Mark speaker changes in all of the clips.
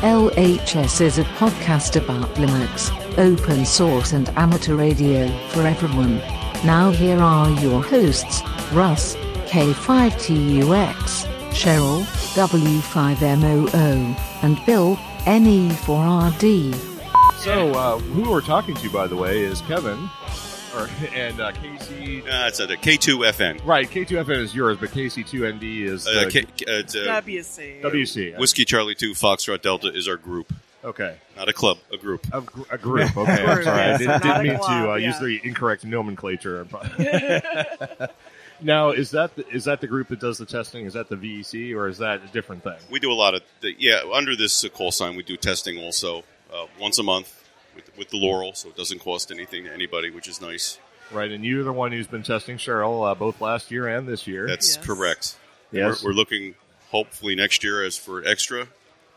Speaker 1: LHS is a podcast about Linux, open source, and amateur radio for everyone. Now, here are your hosts Russ, K5TUX, Cheryl, W5MOO, and Bill, E NE4RD.
Speaker 2: So, uh, who we're talking to, by the way, is Kevin, or and uh, KC.
Speaker 3: Uh, it's a K2FN.
Speaker 2: Right, K2FN is yours, but KC2ND is
Speaker 3: Uh,
Speaker 2: the
Speaker 3: K, uh, it's, uh,
Speaker 4: WC.
Speaker 2: WC.
Speaker 3: Whiskey Charlie 2 Foxtrot Delta is our group.
Speaker 2: Okay,
Speaker 3: Not a club, a group.
Speaker 2: a, gr- a group. Okay, I'm
Speaker 4: Group,
Speaker 2: sorry, I
Speaker 4: yes,
Speaker 2: didn't, didn't
Speaker 4: not a
Speaker 2: mean
Speaker 4: club,
Speaker 2: to uh, use
Speaker 4: yeah.
Speaker 2: the incorrect nomenclature. now, is that the, is that the group that does the testing? Is that the VEC, or is that a different thing?
Speaker 3: We do a lot of, th- yeah, under this uh, call sign, we do testing also uh, once a month with, with the Laurel, so it doesn't cost anything to anybody, which is nice.
Speaker 2: Right, and you're the one who's been testing Cheryl uh, both last year and this year.
Speaker 3: That's
Speaker 4: Yes.
Speaker 3: correct.
Speaker 2: Yes.
Speaker 3: We're, we're looking hopefully next year as for extra.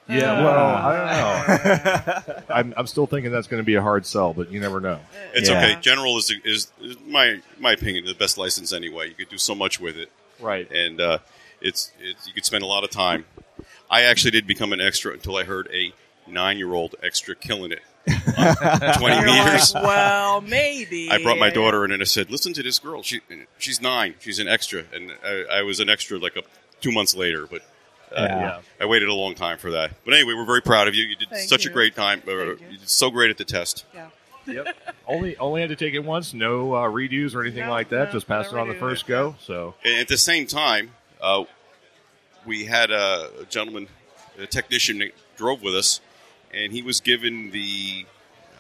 Speaker 2: yeah. Well, I don't know. I'm, I'm still thinking that's going to be a hard sell, but you never know.
Speaker 3: It's
Speaker 5: Yeah.
Speaker 3: okay. General is, is, is my my opinion the best license anyway. You could do so much with it.
Speaker 2: Right.
Speaker 3: and uh, it's, it's you could spend a lot of time. I actually did become an extra until I heard a nine-year-old extra killing it, on twenty
Speaker 4: You're
Speaker 3: meters.
Speaker 4: like, well, maybe.
Speaker 3: I brought my daughter in and I said, "Listen to this girl. She she's nine. She's an extra." And I, I was an extra like a, two months later, but uh,
Speaker 2: Yeah.
Speaker 3: I waited a long time for that. But anyway, we're very proud of you. You did
Speaker 4: Thank
Speaker 3: such
Speaker 4: you.
Speaker 3: a great time. Uh, you.
Speaker 4: Thank you.
Speaker 3: did so great at the test.
Speaker 4: Yeah.
Speaker 2: yep. Only only had to take it once. No uh, redos or anything
Speaker 4: No,
Speaker 2: like that.
Speaker 4: no,
Speaker 2: Just passed it
Speaker 4: no
Speaker 2: on the
Speaker 4: redo.
Speaker 2: first go. So
Speaker 3: And at the same time, uh, we had a, a gentleman, a technician that drove with us, and he was given the,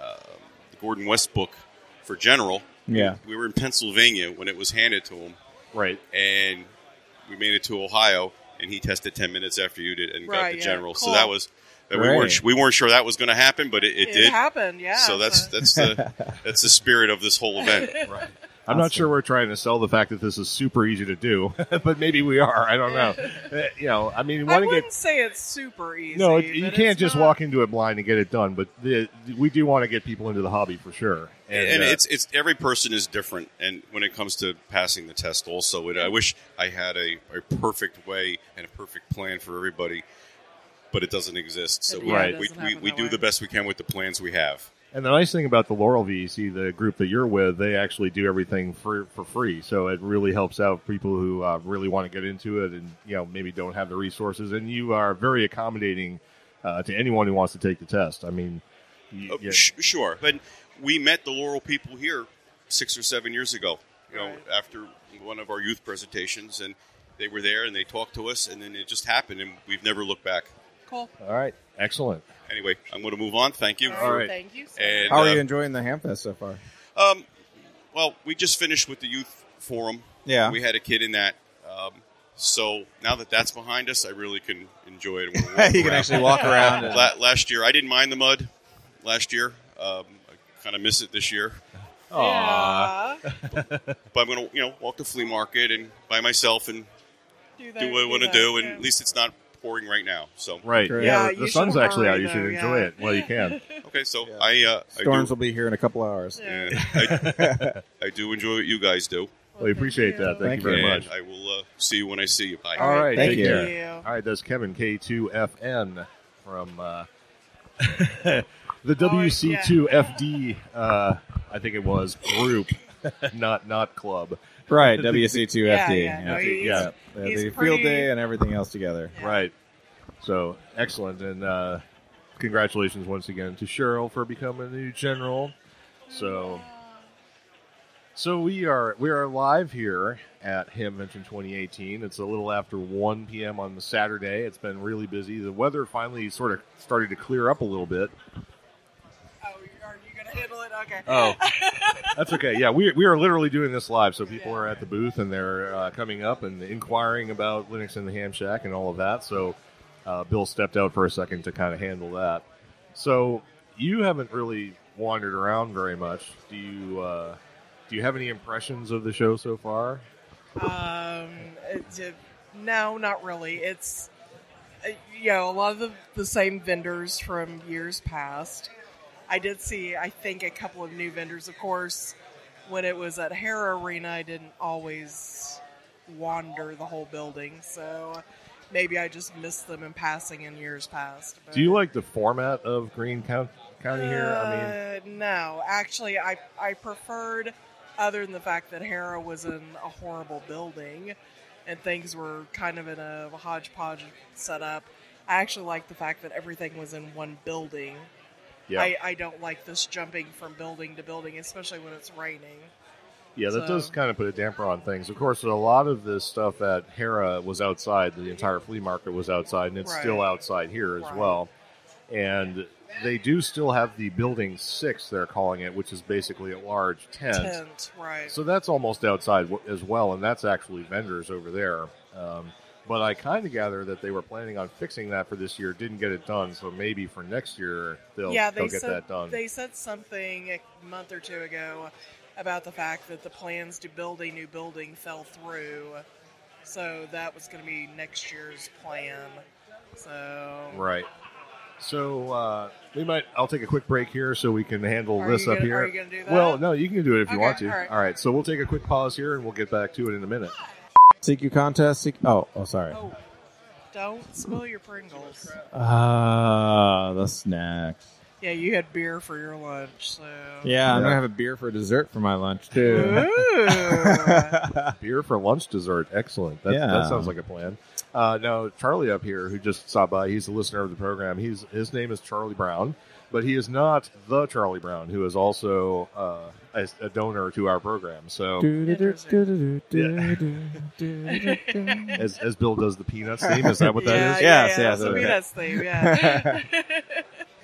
Speaker 3: um, the Gordon West book for general.
Speaker 5: Yeah.
Speaker 3: We were in Pennsylvania when it was handed to him,
Speaker 2: right.
Speaker 3: and we made it to Ohio, and he tested 10 minutes after you did and got
Speaker 4: Right,
Speaker 3: the
Speaker 4: yeah,
Speaker 3: general. So
Speaker 4: cool.
Speaker 3: that was. that We
Speaker 5: Right.
Speaker 3: weren't we weren't sure that was going to happen, but it, it,
Speaker 4: It,
Speaker 3: did.
Speaker 4: happened, yeah.
Speaker 3: so that's that's the that's the spirit of this whole event.
Speaker 2: I'm not sure we're trying to sell the fact that this is super easy to do, but maybe we are. I don't know. Uh, you know, I mean, you
Speaker 4: I
Speaker 2: want to
Speaker 4: wouldn't
Speaker 2: get
Speaker 4: say it's super easy.
Speaker 2: no,
Speaker 4: but
Speaker 2: it, you
Speaker 4: it's
Speaker 2: can't just
Speaker 4: not-
Speaker 2: walk into it blind and get it done. But the, we do want to get people into the hobby for sure.
Speaker 3: and,
Speaker 2: uh,
Speaker 3: it's it's every person is different and when it comes to passing the test also and i wish i had a, a perfect way and a perfect plan for everybody but it doesn't exist so we,
Speaker 2: Yeah, it
Speaker 3: we,
Speaker 4: doesn't
Speaker 3: we,
Speaker 4: happen
Speaker 3: we
Speaker 4: that
Speaker 3: do
Speaker 4: way.
Speaker 3: the best we can with the plans we have
Speaker 2: And the nice thing about the Laurel VEC, the group that you're with, they actually do everything for for free. So it really helps out people who uh, really want to get into it and you know maybe don't have the resources. And you are very accommodating uh, to anyone who wants to take the test. I mean, you,
Speaker 3: Oh,
Speaker 2: yeah,
Speaker 3: sh- sure but we met the laurel people here six or seven years ago you know
Speaker 4: Right.
Speaker 3: after one of our youth presentations and they were there and they talked to us and then it just happened and we've never looked back
Speaker 4: Cool.
Speaker 2: all right, excellent.
Speaker 3: anyway i'm going to move on thank you
Speaker 2: All right.
Speaker 4: Thank you. sir.
Speaker 3: and
Speaker 5: How
Speaker 3: uh,
Speaker 5: are you enjoying the Hamfest so far?
Speaker 3: Um, well, we just finished with the youth forum.
Speaker 5: Yeah.
Speaker 3: we had a kid in that. Um, so now that that's behind us, I really can enjoy it. when we walk
Speaker 5: you can
Speaker 3: around.
Speaker 5: actually walk around. And,
Speaker 3: La- last year, I didn't mind the mud. Last year, um, I kind of miss it this year.
Speaker 4: Yeah.
Speaker 3: But I'm gonna, you know, walk the flea market and by myself and
Speaker 4: Do,
Speaker 3: do what I want to
Speaker 4: that,
Speaker 3: do. And
Speaker 4: yeah.
Speaker 3: at least it's not pouring right now. So
Speaker 2: Right,
Speaker 5: Sure.
Speaker 2: yeah,
Speaker 4: Yeah,
Speaker 2: the
Speaker 4: you
Speaker 2: sun's
Speaker 4: should
Speaker 2: actually out.
Speaker 4: hurry,
Speaker 2: You should
Speaker 4: though,
Speaker 2: enjoy
Speaker 4: yeah.
Speaker 2: it while you can.
Speaker 3: okay, so
Speaker 5: Yeah.
Speaker 3: I uh, I
Speaker 5: Storms
Speaker 3: do,
Speaker 5: will be here in a couple hours.
Speaker 4: Yeah.
Speaker 3: yeah, I, I do enjoy what you guys do.
Speaker 2: we appreciate that. Thank,
Speaker 5: Thank
Speaker 2: you very
Speaker 5: you.
Speaker 2: much.
Speaker 3: And I will uh, see you when I see you. Bye.
Speaker 2: All right,
Speaker 5: Thank
Speaker 2: take
Speaker 5: you.
Speaker 2: care.
Speaker 4: Yeah.
Speaker 2: All right, that's Kevin K2FN from uh, the
Speaker 4: Oh, yeah.
Speaker 2: WC2FD. Uh, I think it was group, not not club.
Speaker 5: Right, WC2FD.
Speaker 4: Yeah, yeah, no, he's-
Speaker 2: yeah.
Speaker 5: Yeah,
Speaker 4: he's
Speaker 5: the
Speaker 4: pretty-
Speaker 5: field day and everything else together.
Speaker 2: Right. So excellent, and uh, congratulations once again to Cheryl for becoming the new general. So, so we are we are live here at Hamvention 2018. It's a little after 1 p.m. on the Saturday. It's been really busy. The weather finally sort of started to clear up a little bit.
Speaker 4: Oh, are you going to handle it? Okay.
Speaker 2: Oh, that's okay. Yeah, we, we are literally doing this live, so people are at the booth and they're uh, coming up and inquiring about Linux in the Ham Shack and all of that. So uh, Bill stepped out for a second to kind of handle that. So you haven't really wandered around very much. Do you? Uh, do you have any impressions of the show so far?
Speaker 4: Um, it's a- no, not really. It's uh, you know a lot of the, the same vendors from years past. I did see, I think, a couple of new vendors. Of course, when it was at Hera Arena, I didn't always wander the whole building, so maybe I just missed them in passing in years past.
Speaker 2: Do you
Speaker 4: but-
Speaker 2: like the format of Green County, County here? I mean,
Speaker 4: uh, no, actually, I I preferred, other than the fact that Hera was in a horrible building, and things were kind of in a hodgepodge setup. I actually like the fact that everything was in one building.
Speaker 2: yeah,
Speaker 4: I, I don't like this jumping from building to building, especially when it's raining.
Speaker 2: yeah, that
Speaker 4: so-
Speaker 2: does kind of put a damper on things. Of course, a lot of this stuff at Hera was outside. The entire flea market was outside, and it's
Speaker 4: Right.
Speaker 2: still outside here as
Speaker 4: Right.
Speaker 2: well. And they do still have the building six, they're calling it, which is basically a large tent.
Speaker 4: Tent, right?
Speaker 2: So that's almost outside w- as well, and that's actually vendors over there. Um, but I kind of gather that they were planning on fixing that for this year, didn't get it done. So maybe for next year they'll,
Speaker 4: yeah,
Speaker 2: they'll
Speaker 4: they
Speaker 2: get
Speaker 4: said
Speaker 2: that done.
Speaker 4: they said something a month or two ago about the fact that the plans to build a new building fell through, so that was going to be next year's plan. So
Speaker 2: Right. So uh, we might. I'll take a quick break here so we can handle
Speaker 4: Are
Speaker 2: this
Speaker 4: you
Speaker 2: up
Speaker 4: gonna-
Speaker 2: here.
Speaker 4: are you gonna do that?
Speaker 2: Well, no, you can do it if you
Speaker 4: Okay,
Speaker 2: want to.
Speaker 4: all right.
Speaker 2: So we'll take a quick pause here and we'll get back to it in a minute.
Speaker 5: CQ contest. CQ oh, oh, sorry.
Speaker 4: oh, don't spill your Pringles.
Speaker 5: Ah, the snacks.
Speaker 4: Yeah, you had beer for your lunch, so
Speaker 5: Yeah, I'm
Speaker 2: Yeah.
Speaker 5: gonna have a beer for dessert for my lunch too.
Speaker 4: Ooh.
Speaker 2: Beer for lunch dessert. Excellent. That,
Speaker 5: Yeah.
Speaker 2: that sounds like a plan. Uh, now Charlie up here, who just stopped by, he's a listener of the program. He's his name is Charlie Brown, but he is not the Charlie Brown, who is also uh, a, a donor to our program. So as, as Bill does the peanuts theme, is that what that is?
Speaker 4: yeah,
Speaker 5: Yes,
Speaker 4: yeah,
Speaker 5: yes,
Speaker 4: yeah.
Speaker 5: okay.
Speaker 4: That's the Venus theme, yeah.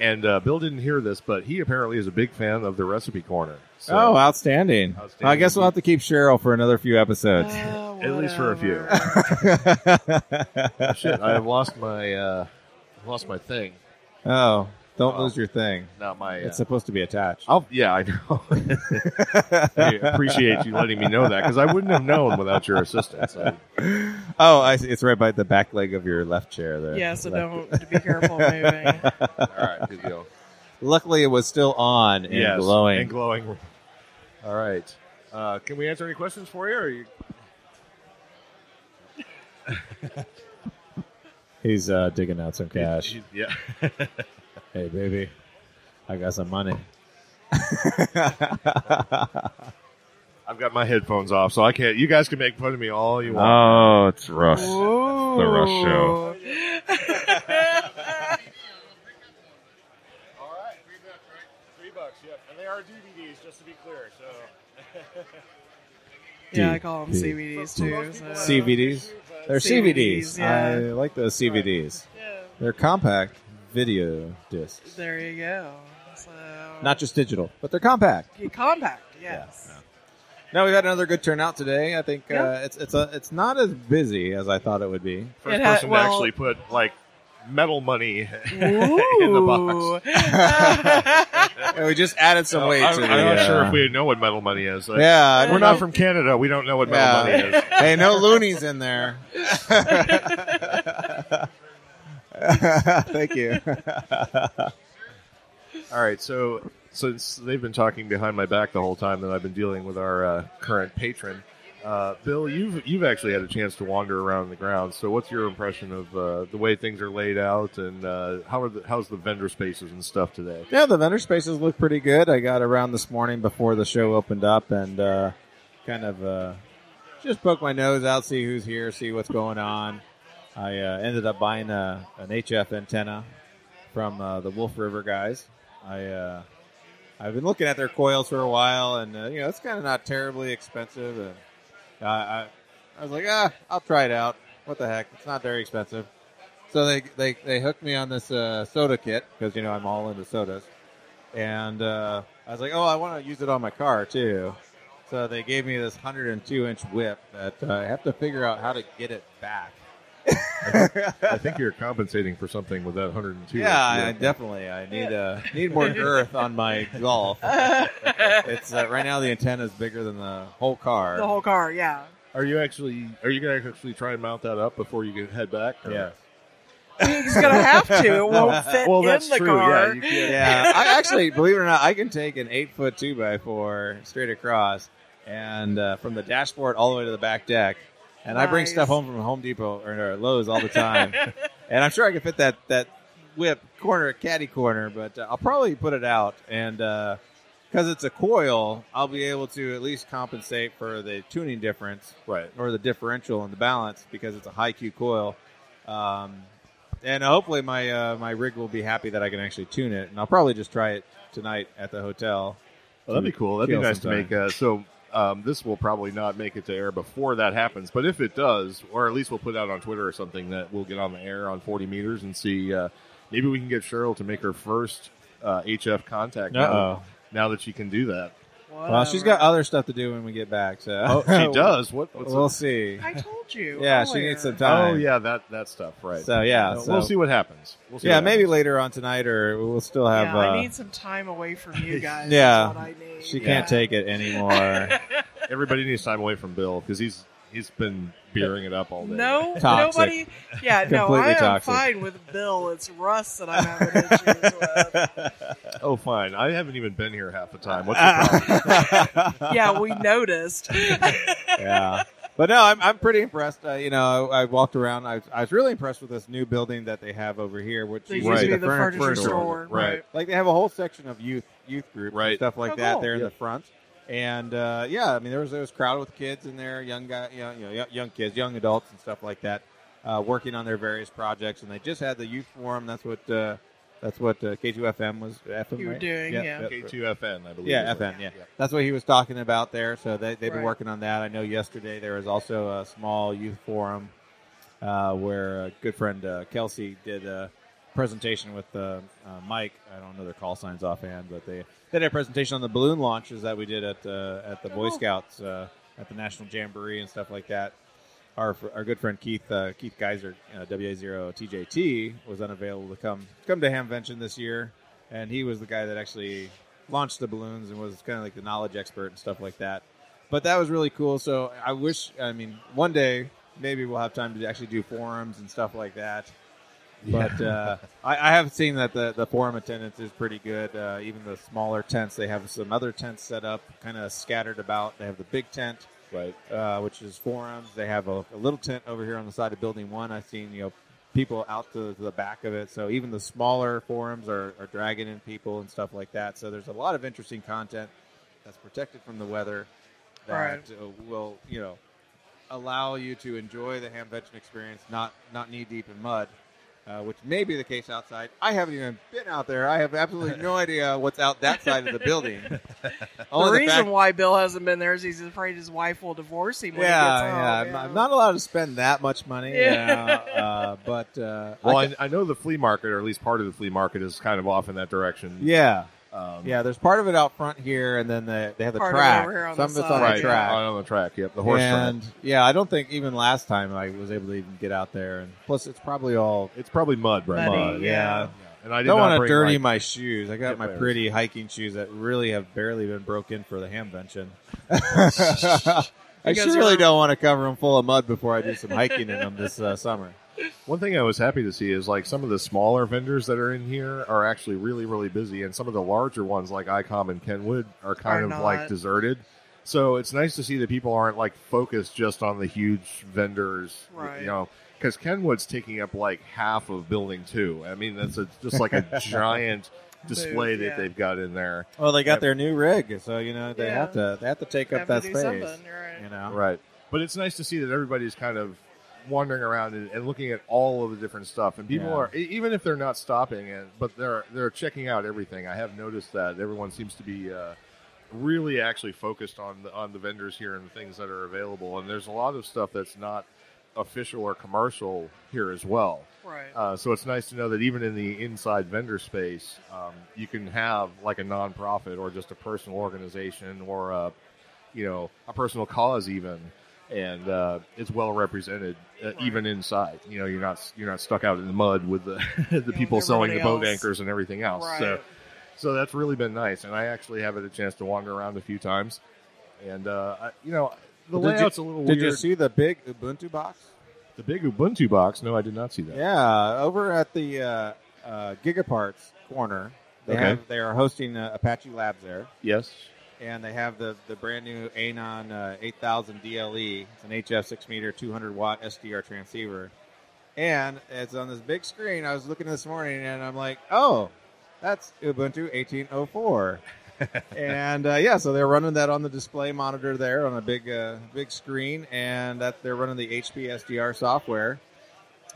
Speaker 2: And uh, Bill didn't hear this, but he apparently is a big fan of the recipe corner. So,
Speaker 5: oh, outstanding.
Speaker 2: Outstanding.
Speaker 5: I guess we'll have to keep Cheryl for another few episodes.
Speaker 4: Oh,
Speaker 2: At least for a few.
Speaker 4: whatever.
Speaker 2: shit! I have lost my uh, lost my thing.
Speaker 5: oh, don't
Speaker 2: Oh.
Speaker 5: lose your thing.
Speaker 2: Not my. Uh,
Speaker 5: It's supposed to be attached.
Speaker 2: I'll, yeah, I know. I appreciate you letting me know that because I wouldn't have known without your assistance. I,
Speaker 5: Oh, I see. It's right by the back leg of your left chair there.
Speaker 4: Yeah, so
Speaker 5: Left-
Speaker 4: don't be careful moving.
Speaker 2: all right, good deal.
Speaker 5: Luckily, it was still on and
Speaker 2: Yes,
Speaker 5: glowing.
Speaker 2: and glowing. All right. Uh, can we answer any questions for you? Or you
Speaker 5: He's uh, digging out some cash.
Speaker 2: yeah.
Speaker 5: hey, baby, I got some money.
Speaker 2: I've got my headphones off, so I can't. You guys can make fun of me all you want.
Speaker 5: Oh, it's rough.
Speaker 4: The
Speaker 5: Rush
Speaker 4: Show.
Speaker 5: Oh.
Speaker 2: All right, three bucks, right? Three bucks, yep. And they are DVDs, just to be clear. So
Speaker 4: yeah, I call them
Speaker 5: D.
Speaker 4: CBDs too. So.
Speaker 5: CVDs. They're CVDs.
Speaker 4: CVDs,
Speaker 5: I
Speaker 4: yeah.
Speaker 5: like those CVDs.
Speaker 4: Yeah,
Speaker 5: They're compact video discs,
Speaker 4: there you go. So
Speaker 5: not just digital, but they're compact.
Speaker 4: Yeah, compact. Yes.
Speaker 5: No, we've had another good turnout today. I think uh,
Speaker 4: Yeah.
Speaker 5: it's it's a, it's not as busy as I thought it would be.
Speaker 2: first
Speaker 4: It ha-
Speaker 2: person
Speaker 4: well-
Speaker 2: to actually put like metal money.
Speaker 4: in
Speaker 2: the box.
Speaker 5: And we just added some weight.
Speaker 2: I'm,
Speaker 5: to
Speaker 2: I'm
Speaker 5: the,
Speaker 2: not sure
Speaker 5: uh,
Speaker 2: if we know what metal money is. Like,
Speaker 5: Yeah, I
Speaker 2: we're
Speaker 5: don't
Speaker 2: not
Speaker 5: know.
Speaker 2: from Canada. We don't know what metal
Speaker 5: Yeah.
Speaker 2: money is.
Speaker 5: hey, no loonies in there. Thank you.
Speaker 2: All right, so since they've been talking behind my back the whole time that I've been dealing with our uh, current patron, uh, Bill, you've you've actually had a chance to wander around the grounds. So, what's your impression of uh, the way things are laid out, and uh, how are the, how's the vendor spaces and stuff today?
Speaker 5: Yeah, the vendor spaces look pretty good. I got around this morning before the show opened up and uh, kind of uh, just poke my nose out, see who's here, see what's going on. I uh, ended up buying a, an HF antenna from uh, the Wolf River guys. I uh, I've been looking at their coils for a while, and uh, you know it's kind of not terribly expensive. And I, I I was like, ah, I'll try it out. What the heck? It's not very expensive. So they they, they hooked me on this uh, soda kit because you know I'm all into sodas, and uh, I was like, oh, I want to use it on my car too. So they gave me this 102 inch whip that uh, I have to figure out how to get it back.
Speaker 2: I think you're compensating for something with that 102.
Speaker 5: yeah, I, definitely. I need uh, need more girth on my golf. It's uh, right now the antenna is bigger than the whole car.
Speaker 4: the whole car, yeah.
Speaker 2: Are you actually? Are you gonna actually try and mount that up before you get, head back? or-
Speaker 5: yeah.
Speaker 4: He's gonna have to. It won't fit
Speaker 2: Well,
Speaker 4: in
Speaker 2: that's
Speaker 4: the
Speaker 2: true. Yeah,
Speaker 4: car.
Speaker 2: you can't.
Speaker 5: yeah. I actually, believe it or not, I can take an eight foot two by four straight across, and uh, from the dashboard all the way to the back deck. And I bring
Speaker 4: Nice.
Speaker 5: stuff home from Home Depot or, or Lowe's all the time, and I'm sure I can fit that that whip corner caddy corner, but uh, I'll probably put it out and. uh, because it's a coil, I'll be able to at least compensate for the tuning difference
Speaker 2: Right.
Speaker 5: or the differential and the balance because it's a high Q coil. Um, and hopefully my uh, my rig will be happy that I can actually tune it, and I'll probably just try it tonight at the hotel.
Speaker 2: Well, Oh, that'd be cool. That'd be
Speaker 5: Feel
Speaker 2: nice
Speaker 5: sometime.
Speaker 2: to make. Uh, so um, this will probably not make it to air before that happens, but if it does, or at least we'll put out on Twitter or something that we'll get on the air on 40 meters and see. Uh, maybe we can get Cheryl to make her first uh, HF contact. now-
Speaker 5: Uh-oh.
Speaker 2: Now that she can do that,
Speaker 5: Well, she's got
Speaker 4: Whatever.
Speaker 5: other stuff to do when we get back, so
Speaker 2: oh, she does. What? What's
Speaker 5: we'll
Speaker 2: up?
Speaker 5: see.
Speaker 4: I told you.
Speaker 5: Yeah, she
Speaker 4: earlier.
Speaker 5: needs some
Speaker 2: Oh
Speaker 5: time.
Speaker 2: yeah, that that stuff. Right.
Speaker 5: So yeah,
Speaker 2: Uh,
Speaker 5: so-
Speaker 2: we'll see what happens. We'll see
Speaker 5: Yeah,
Speaker 2: what
Speaker 5: maybe
Speaker 2: happens.
Speaker 5: later on tonight, or we'll still have.
Speaker 4: yeah,
Speaker 5: uh,
Speaker 4: I need some time away from you guys.
Speaker 5: yeah.
Speaker 4: That's what I need.
Speaker 5: she can't
Speaker 4: Yeah.
Speaker 5: take it anymore.
Speaker 2: Everybody needs time away from Bill because he's he's been beering it up all day.
Speaker 4: No,
Speaker 5: Toxic.
Speaker 4: nobody. Yeah, no,
Speaker 5: Completely
Speaker 4: I am
Speaker 5: toxic.
Speaker 4: fine with Bill. It's Russ that I'm having issues with.
Speaker 2: Oh, fine. I haven't even been here half the time. What's
Speaker 5: Ah.
Speaker 2: the problem?
Speaker 4: Yeah, we noticed.
Speaker 5: yeah. But no, I'm, I'm pretty impressed. Uh, you know, I, I walked around. I, I was really impressed with this new building that they have over here, which
Speaker 4: They
Speaker 5: is
Speaker 4: used
Speaker 2: Right.
Speaker 4: to be the furniture, store.
Speaker 2: Right.
Speaker 5: Like they have a whole section of youth youth groups and
Speaker 2: Right.
Speaker 5: stuff like
Speaker 4: Oh,
Speaker 5: that
Speaker 4: cool.
Speaker 5: there in
Speaker 2: Yeah.
Speaker 5: the front. And uh, yeah, I mean, there was there was crowd with kids in there, young guy, you know, you know, young- young kids, young adults, and stuff like that, uh, working on their various projects. And they just had the youth forum. That's what uh, that's what uh, K2FM was. FM,
Speaker 4: You were
Speaker 5: right?
Speaker 4: doing, yeah.
Speaker 5: yep.
Speaker 2: K2FN, I believe.
Speaker 5: Yeah,
Speaker 2: is what-
Speaker 5: FM. Yeah. that's what he was talking about there. So they, they've been
Speaker 4: Right.
Speaker 5: working on that. I know yesterday there was also a small youth forum uh, where a good friend uh, Kelsey did a presentation with uh, uh, Mike. I don't know their call signs offhand, but they they did a presentation on the balloon launches that we did at uh, at the Boy
Speaker 4: Oh, cool.
Speaker 5: Scouts uh, at the National Jamboree and stuff like that. Our, our good friend Keith uh, Keith Geiser uh, WA zero TJT was unavailable to come come to Hamvention this year, and he was the guy that actually launched the balloons and was kind of like the knowledge expert and stuff like that. But that was really cool. So I wish, I mean, one day maybe we'll have time to actually do forums and stuff like that. But uh, I, I have seen that the, the forum attendance is pretty good. Uh, even the smaller tents, they have some other tents set up, kind of scattered about. They have the big tent,
Speaker 2: Right.
Speaker 5: uh, which is forums. They have a, a little tent over here on the side of building one. I've seen you know people out to, to the back of it. So even the smaller forums are, are dragging in people and stuff like that. So there's a lot of interesting content that's protected from the weather that
Speaker 4: Right.
Speaker 5: uh, will you know allow you to enjoy the hamvention experience, not not knee deep in mud. Uh, which may be the case outside. I haven't even been out there. I have absolutely no idea what's out that side of the building.
Speaker 4: the
Speaker 5: Only
Speaker 4: reason
Speaker 5: fact-
Speaker 4: why Bill hasn't been there is he's afraid his wife will divorce him. When
Speaker 5: yeah,
Speaker 4: he gets home,
Speaker 5: yeah. I'm, I'm not allowed to spend that much money.
Speaker 4: Yeah.
Speaker 5: Yeah. Uh, but uh,
Speaker 2: Well,
Speaker 5: I
Speaker 2: I,
Speaker 5: can-
Speaker 2: I know the flea market, or at least part of the flea market, is kind of off in that direction.
Speaker 5: yeah,
Speaker 2: Um,
Speaker 5: yeah. There's part of it out front here, and then the, they have the
Speaker 4: Part of it
Speaker 5: track.
Speaker 4: over here on
Speaker 5: Some of
Speaker 4: the
Speaker 5: it's on
Speaker 4: side.
Speaker 2: Right.
Speaker 5: the track.
Speaker 2: On the track. Yep. The horse
Speaker 5: and
Speaker 2: track.
Speaker 5: yeah, I don't think even last time I was able to even get out there. And plus, it's probably all
Speaker 2: It's probably mud right
Speaker 4: Muddy,
Speaker 2: now.
Speaker 5: mud.
Speaker 4: yeah.
Speaker 5: Yeah.
Speaker 2: And I
Speaker 5: I
Speaker 2: did
Speaker 5: don't
Speaker 2: not
Speaker 5: want to
Speaker 2: bring,
Speaker 5: dirty
Speaker 2: like-
Speaker 5: my shoes. I got my
Speaker 2: Hippos.
Speaker 5: pretty hiking shoes that really have barely been broken for the hamvention. I
Speaker 4: Because
Speaker 5: surely
Speaker 4: you're-
Speaker 5: don't want to cover them full of mud before I do some hiking in them this uh, summer.
Speaker 2: One thing I was happy to see is like some of the smaller vendors that are in here are actually really, really busy, and some of the larger ones like ICOM and Kenwood are kind
Speaker 4: Are
Speaker 2: of
Speaker 4: not.
Speaker 2: like deserted. So it's nice to see that people aren't like focused just on the huge vendors,
Speaker 4: Right.
Speaker 2: you know, because Kenwood's taking up like half of Building Two. I mean, that's a, just like a giant display
Speaker 4: Booth,
Speaker 2: that
Speaker 4: yeah.
Speaker 2: they've got in there,
Speaker 5: Well, they got their new rig, so you know they
Speaker 4: Yeah.
Speaker 5: have to they have to take
Speaker 4: Have
Speaker 5: up
Speaker 4: to
Speaker 5: that
Speaker 4: do
Speaker 5: space.
Speaker 4: something, right.
Speaker 5: You know,
Speaker 2: right? But it's nice to see that everybody's kind of wandering around and, and looking at all of the different stuff, and people
Speaker 5: Yeah.
Speaker 2: are e- even if they're not stopping, and but they're they're checking out everything. I have noticed that everyone seems to be. Uh, really actually focused on the on the vendors here and the things that are available. And there's a lot of stuff that's not official or commercial here as well.
Speaker 4: Right.
Speaker 2: Uh, so it's nice to know that even in the inside vendor space, um, you can have like a nonprofit or just a personal organization or a, you know, a personal cause even and uh, it's well represented uh, even inside. You know, you're not you're not stuck out in the mud with the the people
Speaker 4: with
Speaker 2: selling the
Speaker 4: everybody
Speaker 2: boat
Speaker 4: else.
Speaker 2: anchors and everything else. So
Speaker 4: Right.
Speaker 2: so that's really been nice, and I actually have had a chance to wander around a few times, and uh, I, you know. The
Speaker 5: Well, did you-
Speaker 2: layout's a little
Speaker 5: Did
Speaker 2: weird.
Speaker 5: you see the big Ubuntu box?
Speaker 2: the big Ubuntu box? No, I did not see that.
Speaker 5: Yeah, over at the uh, uh, Gigaparts corner, they
Speaker 2: Okay.
Speaker 5: have they are hosting uh, Apache Labs there,
Speaker 2: Yes.
Speaker 5: and they have the the brand new Anon uh, 8000 DLE. E. It's an HF six meter, 200 watt SDR transceiver, and it's on this big screen. I was looking this morning, and I'm like, oh, that's Ubuntu 1804. and uh, yeah, so they're running that on the display monitor there on a big uh, big screen, and that they're running the HP SDR software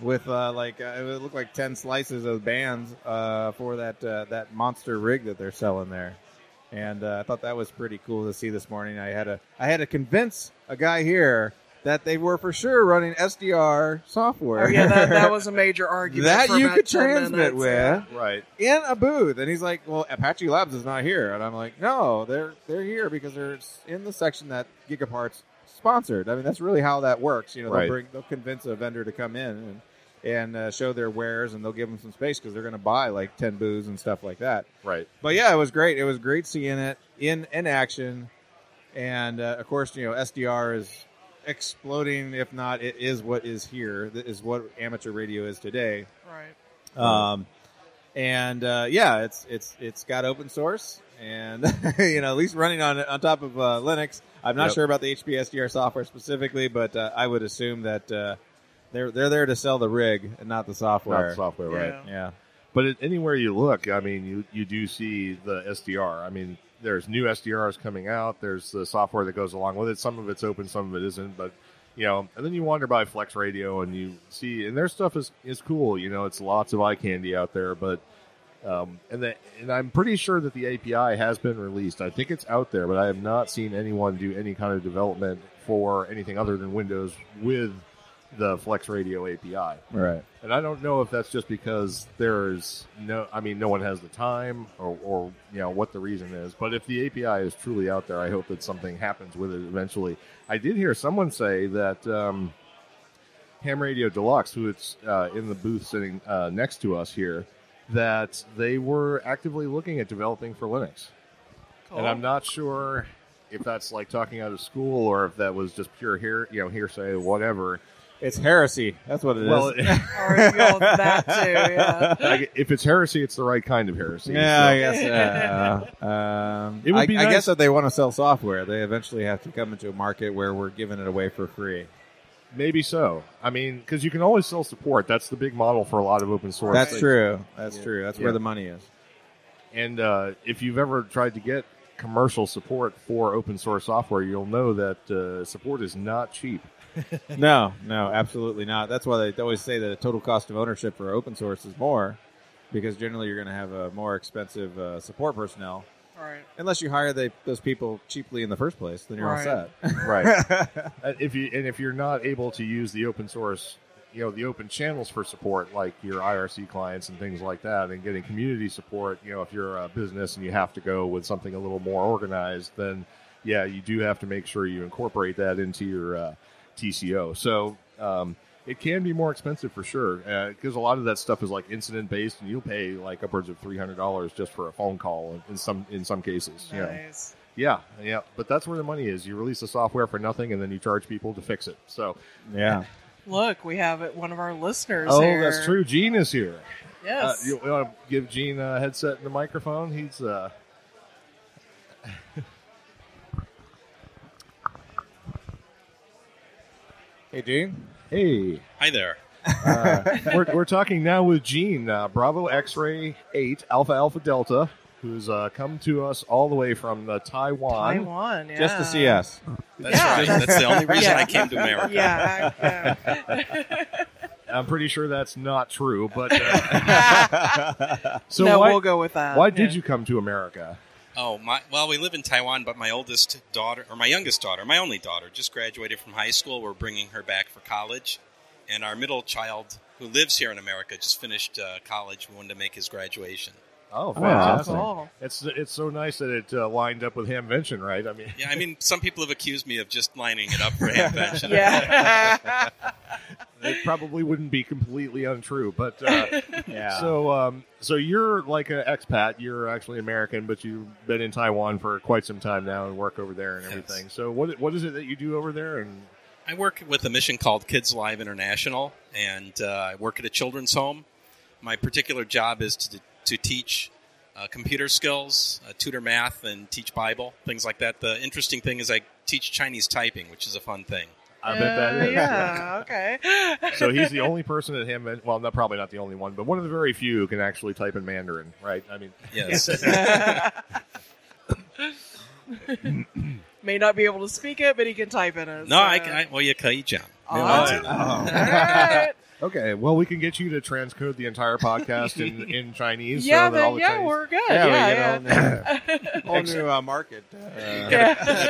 Speaker 5: with uh, like uh, it looked like ten slices of bands uh, for that uh, that monster rig that they're selling there. And uh, I thought that was pretty cool to see this morning. I had to I had to convince a guy here that they were for sure running SDR software.
Speaker 4: Oh, yeah, that, that was a major argument.
Speaker 5: That
Speaker 4: for
Speaker 5: you
Speaker 4: about
Speaker 5: could
Speaker 4: 10
Speaker 5: transmit
Speaker 4: minutes.
Speaker 5: with
Speaker 2: Right.
Speaker 5: in a booth, and he's like, "Well, Apache Labs is not here," and I'm like, "No, they're they're here because they're s- in the section that Gigaparts sponsored." I mean, that's really how that works. You know,
Speaker 2: Right.
Speaker 5: they'll bring they'll convince a vendor to come in and and uh, show their wares, and they'll give them some space because they're going to buy like ten booths and stuff like that.
Speaker 2: Right.
Speaker 5: But yeah, it was great. It was great seeing it in in action, and uh, of course, you know, SDR is exploding. If not, it is what is here. That is what amateur radio is today.
Speaker 4: Right.
Speaker 5: Um, and uh, yeah, it's it's it's got open source, and you know, at least running on on top of uh, Linux. I'm not
Speaker 2: Yep.
Speaker 5: sure about the HP SDR software specifically, but uh, I would assume that uh, they're they're there to sell the rig and not the software.
Speaker 2: Not the software, right?
Speaker 4: Yeah.
Speaker 5: Yeah,
Speaker 2: But it, anywhere you look, I mean, you, you do see the SDR. I mean, there's new SDRs coming out. There's the software that goes along with it. Some of it's open, some of it isn't. But you know, and then you wander by Flex Radio and you see, and their stuff is is cool. You know, it's lots of eye candy out there. But um, and the, and I'm pretty sure that the API has been released. I think it's out there, but I have not seen anyone do any kind of development for anything other than Windows with the Flex Radio API.
Speaker 5: right.
Speaker 2: And I don't know if that's just because there's no, I mean, no one has the time or, or, you know, what the reason is. But if the API is truly out there, I hope that something happens with it eventually. I did hear someone say that um, Ham Radio Deluxe, who it's uh, in the booth sitting uh, next to us here, that they were actively looking at developing for Linux.
Speaker 4: Cool.
Speaker 2: And I'm not sure if that's like talking out of school or if that was just pure hear, you know, hearsay, whatever.
Speaker 5: It's heresy. That's what it is.
Speaker 2: Well,
Speaker 4: Or if you all that too, yeah.
Speaker 2: I, if it's heresy, it's the right kind of heresy.
Speaker 5: yeah, I
Speaker 2: So-
Speaker 5: guess. Yeah. um,
Speaker 2: It would
Speaker 5: I,
Speaker 2: be
Speaker 5: I
Speaker 2: nice-
Speaker 5: guess that they want to sell software. They eventually have to come into a market where we're giving it away for free.
Speaker 2: maybe so. I mean, because you can always sell support. That's the big model for a lot of open source.
Speaker 5: That's
Speaker 2: things.
Speaker 5: true. That's
Speaker 2: Yeah.
Speaker 5: true. That's
Speaker 2: Yeah.
Speaker 5: where the money is.
Speaker 2: And uh, if you've ever tried to get commercial support for open source software, you'll know that uh, support is not cheap.
Speaker 5: No, no, absolutely not. That's why they always say that the total cost of ownership for open source is more, because generally you're going to have a more expensive uh, support personnel.
Speaker 4: Right.
Speaker 5: Unless you hire the, those people cheaply in the first place, then you're all
Speaker 4: Right.
Speaker 5: set.
Speaker 2: Right. And Uh, if you and if you're not able to use the open source, you know, the open channels for support, like your IRC clients and things like that, and getting community support, you know, if you're a business and you have to go with something a little more organized, then yeah, you do have to make sure you incorporate that into your uh, TCO. So um, it can be more expensive for sure because a lot of that stuff is like incident based, and you'll pay like upwards of three hundred dollars just for a phone call in- in some in some cases. you know.
Speaker 4: Nice.
Speaker 2: Yeah, yeah, but that's where the money is. You release the software for nothing, and then you charge people to fix it. So,
Speaker 5: yeah.
Speaker 4: Look, we have it, one of our listeners.
Speaker 2: oh,
Speaker 4: here.
Speaker 2: that's true. Gene is here. Uh,
Speaker 4: Yes.
Speaker 2: you want to give Gene a headset and a microphone? He's uh,
Speaker 5: Hey, Gene.
Speaker 2: hey.
Speaker 3: Hi there.
Speaker 2: Uh, we're, we're talking now with Gene uh, Bravo X-ray Eight Alpha Alpha Delta, who's uh, come to us all the way from uh, Taiwan.
Speaker 4: Taiwan. Yeah.
Speaker 5: Just to see us.
Speaker 3: That's
Speaker 4: Yeah.
Speaker 3: right. That's the only reason
Speaker 4: Yeah.
Speaker 3: I came to America.
Speaker 4: Yeah. I- yeah.
Speaker 2: I'm pretty sure that's not true, but uh, so
Speaker 4: no,
Speaker 2: why,
Speaker 4: we'll go with that.
Speaker 2: why did
Speaker 4: Yeah.
Speaker 2: you come to America?
Speaker 6: Oh my! Well, we live in Taiwan, but my oldest daughter, or my youngest daughter, my only daughter, just graduated from high school. We're bringing her back for college, and our middle child, who lives here in America, just finished uh, college. We wanted to make his graduation
Speaker 2: Oh,
Speaker 5: fantastic.
Speaker 4: That's all.
Speaker 2: It's it's so nice that it uh, lined up with Hamvention, right? I mean,
Speaker 6: Yeah, I mean, some people have accused me of just lining it up for Hamvention.
Speaker 4: Yeah.
Speaker 2: it probably wouldn't be completely untrue, but uh,
Speaker 5: Yeah.
Speaker 2: so um, so you're like an expat. You're actually American, but you've been in Taiwan for quite some time now and work over there and
Speaker 6: Yes.
Speaker 2: everything. So what what is it that you do over there? And
Speaker 6: I work with a mission called Kids Live International, and uh, I work at a children's home. My particular job is to, to teach uh, computer skills, uh, tutor math, and teach Bible, things like that. The interesting thing is I teach Chinese typing, which is a fun thing.
Speaker 2: I bet that
Speaker 4: Uh,
Speaker 2: is.
Speaker 4: Yeah. Okay.
Speaker 2: So he's the only person at Hamvention. Well, not probably not the only one, but one of the very few who can actually type in Mandarin, right? I mean,
Speaker 6: Yes.
Speaker 4: May not be able to speak it, but he can type in it.
Speaker 6: no, I,
Speaker 4: so-
Speaker 6: I well, you can, John.
Speaker 4: Oh, All right.
Speaker 2: okay. Well, we can get you to transcode the entire podcast in in Chinese.
Speaker 4: yeah,
Speaker 2: so that all
Speaker 4: then
Speaker 2: the
Speaker 4: yeah,
Speaker 2: Chinese-
Speaker 4: we're good.
Speaker 5: Yeah,
Speaker 4: Yeah,
Speaker 5: we
Speaker 4: yeah.
Speaker 5: get a whole new, whole new uh, market. Uh, yeah.